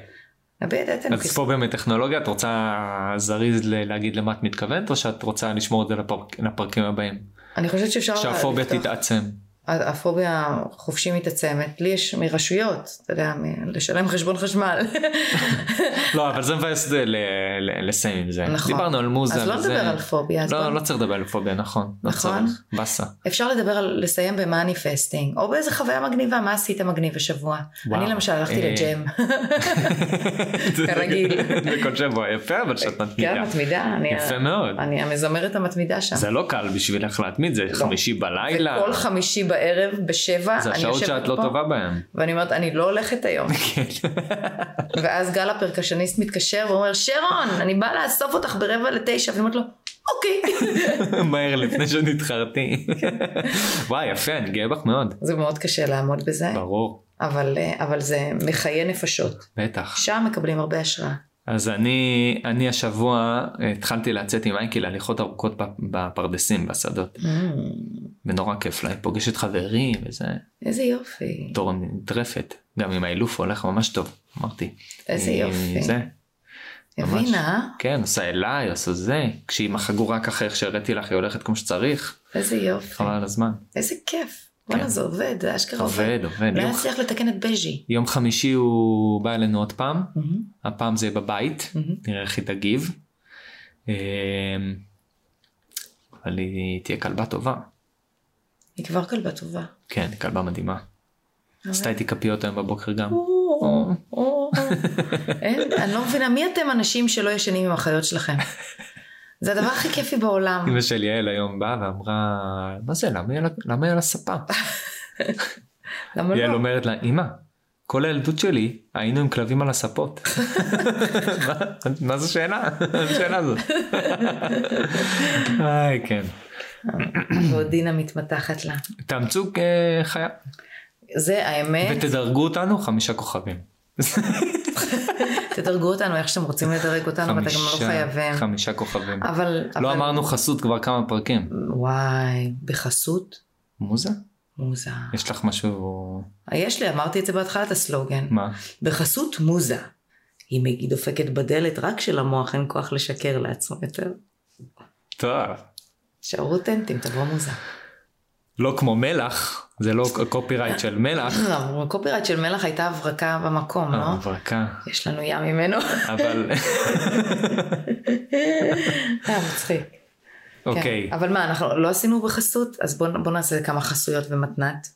C: נביע דעתנו. כי-
B: אז פה באמת טכנולוגיה, את רוצה זריז ל- להגיד למה את מתכוונת, או שאת רוצה לשמור את זה לפרק- לפרקים הבאים?
C: אני חושבת שאפשר...
B: שהפוביה
C: לא, לפתוח-
B: תתעצם.
C: הפוביה חופשי מתעצמת, לי יש מרשויות, אתה יודע, מ- לשלם חשבון חשמל. [laughs]
B: לא, אבל זה מבאס ל- ל- לסיים עם זה.
C: נכון.
B: דיברנו על מוזה.
C: אז לא
B: וזה.
C: נדבר על פוביה, אז בוא-
B: לא, לא צריך לדבר על פוביה, נכון. לא
C: נכון.
B: צריך. באסה.
C: אפשר לדבר על לסיים במאניפסטינג, או באיזה חוויה מגניבה, מה עשית מגניב השבוע?
B: וואו.
C: אני למשל הלכתי
B: אה, [laughs]
C: לג'ם, [laughs] כרגיל.
B: בכל שבוע יפה, אבל שאת
C: כן,
B: מתמידה.
C: מתמידה, אני
B: יפה מאוד.
C: אני לא. המזמרת המתמידה שם.
B: זה לא קל בשבילך להתמיד, זה חמישי בלילה.
C: וכל חמישי בערב, בשבע,
B: זה
C: אני
B: השעות
C: יושבת
B: שאת לא
C: פה,
B: טובה כן. בהן.
C: ואני אומרת, אני לא
B: [laughs]
C: הולכת היום. [laughs] ואז גל הפרקשניסט מתקשר ואומר, שרון, אני באה לאסוף אותך ברבע לתשע, והיא אומרת לו, אוקיי. [laughs]
B: מהר לפני שנתחרתי. וואי, יפה, אני גאה בך מאוד.
C: זה מאוד קשה לעמוד בזה,
B: ברור,
C: אבל, אה, אבל זה מחיי נפשות.
B: בטח.
C: שם מקבלים הרבה השראה.
B: אז אני, אני השבוע אה, התחלתי לצאת עם אייקי להליכות ארוכות בפ- בפרדסים, בשדות. ונורא כיף לה, היא פוגשת חברים וזה.
C: Mm, איזה יופי.
B: בתור נטרפת. גם עם האילוף הולך ממש טוב, אמרתי.
C: איזה
B: היא-
C: יופי.
B: אה, זה. ממש.
C: הבינה,
B: כן, עושה אליי, עושה זה. כשהיא עם החגורה ככה, איך שהראיתי לך, היא הולכת כמו שצריך.
C: איזה יופי.
B: חבל על הזמן.
C: איזה כיף. וואלה, זה עובד, זה אשכרה עובד.
B: כן. עובד, עובד.
C: לא
B: יום
C: יצליח לתקן את בז'י.
B: יום חמישי הוא בא אלינו עוד פעם,
C: מהמם,
B: הפעם
C: Mm-hmm.
B: זה בבית,
C: מהמם.
B: נראה איך היא תגיב. אמ, אה, אבל היא תהיה כלבה טובה.
C: היא כבר כלבה טובה. אה,
B: כן, כלבה מדהימה. עשתה איתי כפיות היום בבוקר גם. [laughs]
C: אין, אני לא מבינה, מי אתם אנשים שלא ישנים עם החיות שלכם? זה הדבר הכי כיפי בעולם.
B: [laughs] אמא של יעל היום באה ואמרה, מה זה, למה היא על ה- למה היא על הספה?
C: למה
B: יעל
C: לא?
B: אומרת לה, אמא, כל הילדות שלי היינו עם כלבים על
C: [laughs]
B: הספות. מה- מה זו שאלה? השאלה הזאת. איי, כן.
C: ועוד דינה מתמתחת לה.
B: תאמצו אה, חיה
C: זה האמת,
B: ותדרגו אותנו חמישה כוכבים.
C: תדרגו אותנו איך שאתם רוצים לדרג אותנו, ואתם גם לא חייבים.
B: חמישה כוכבים.
C: אבל... אבל-
B: לא אמרנו חסות כבר כמה פרקים.
C: וואי, בחסות?
B: מוזה?
C: מוזה.
B: יש לך משהו...
C: יש לי, אמרתי את זה בהתחלת הסלוגן.
B: מה?
C: בחסות מוזה. היא מג- דופקת בדלת רק שלמוח אין כוח לשקר לעצמו יותר.
B: טוב.
C: שערו אותנטים, תבוא מוזה. [clears throat]
B: לא כמו מלח, זה לא קופירייט של מלח.
C: אמרו, קופירייט של מלח הייתה הברקה במקום,
B: אה.
C: לא?
B: הברקה.
C: יש לנו ים
B: [laughs]
C: ממנו.
B: אבל
C: כן. היה אה, מצחיק. כן.
B: אוקיי.
C: אבל מה, אנחנו לא עשינו בחסות? אז בואו בוא נעשה כמה חסויות ומתנת.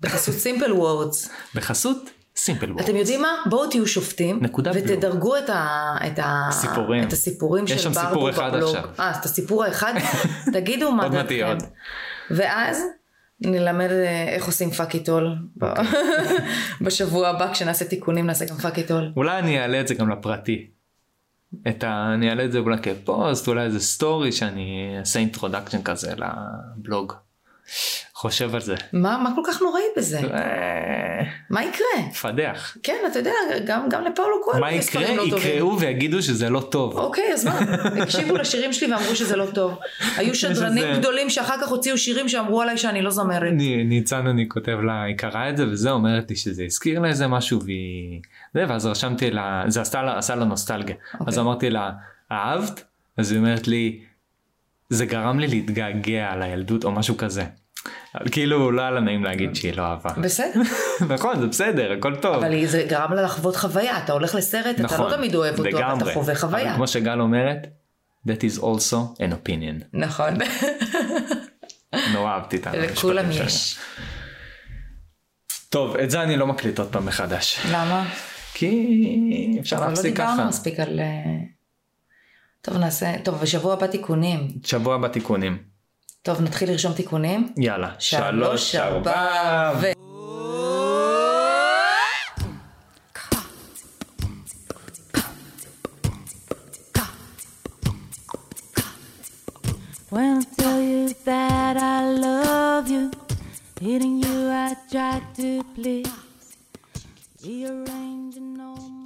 C: בחסות סימפל וורדס.
B: בחסות סימפל וורד.
C: אתם יודעים מה? בואו תהיו שופטים.
B: נקודה
C: ותדרגו את, ה, את, ה,
B: סיפורים.
C: את הסיפורים
B: יש
C: של
B: שם
C: ברבו
B: סיפור אחד
C: בבלוג.
B: עכשיו.
C: אה, את
B: [laughs]
C: הסיפור האחד? תגידו מה
B: עוד מעט יהיה
C: דעתכם.
B: עוד.
C: ואז נלמד אה, איך עושים פאק איטול
B: אוקיי.
C: [laughs] בשבוע הבא כשנעשה תיקונים נעשה גם פאק איטול.
B: אולי אני אעלה את זה גם לפרטי. את ה... אני אעלה את זה אולי כפוסט, אולי איזה סטורי שאני אעשה אינטרודקשן כזה לבלוג. חושב על זה.
C: מה, מה כל כך נוראי בזה?
B: אה,
C: מה יקרה?
B: פדח.
C: כן, אתה יודע, גם, גם לפאולו קואלו
B: מה
C: יש
B: יקרה?
C: ספרים לא טובים.
B: יקראו ויגידו שזה לא טוב.
C: אוקיי, אז
B: [laughs]
C: מה? הקשיבו לשירים שלי ואמרו שזה לא טוב. היו שדרנים
B: שזה-
C: גדולים שאחר כך הוציאו שירים שאמרו עליי שאני לא זמרת.
B: ני- ניצן אני כותב לה, היא קראה את זה וזה, אומרת לי שזה הזכיר לה איזה משהו והיא... זה, ואז רשמתי לה, זה עשה לה, עשה לה נוסטלגיה.
C: אוקיי.
B: אז אמרתי לה, אהבת? אז היא אומרת לי, זה גרם לי להתגעגע על הילדות או משהו כזה. אבל כאילו לא היה לה נעים להגיד שהיא לא
C: [laughs]
B: אהבה.
C: בסדר,
B: נכון, זה בסדר, הכל טוב.
C: אבל זה גרם לה לחוות חוויה. אתה הולך לסרט, אתה
B: נכון,
C: לא תמיד אוהב אותו, אבל אתה
B: לגמרי.
C: חווה חוויה.
B: אבל כמו שגל אומרת, that is also an
C: [laughs]
B: opinion.
C: נכון,
B: נורא אהבתי את המשפטים
C: לכולם
B: שלה.
C: יש.
B: טוב, את זה אני לא מקליט עוד פעם מחדש.
C: למה?
B: כי אפשר
C: אבל לא
B: להפסיק
C: דיברנו
B: ככה.
C: מספיק על... אה, טוב, נעשה... טוב, בשבוע הבא תיקונים.
B: שבוע בתיקונים.
C: טוב, נתחיל לרשום תיקונים?
B: יאללה.
C: שלוש, ארבע, ו...
A: When I tell you that I love you, hitting you I try to please, rearranging all my.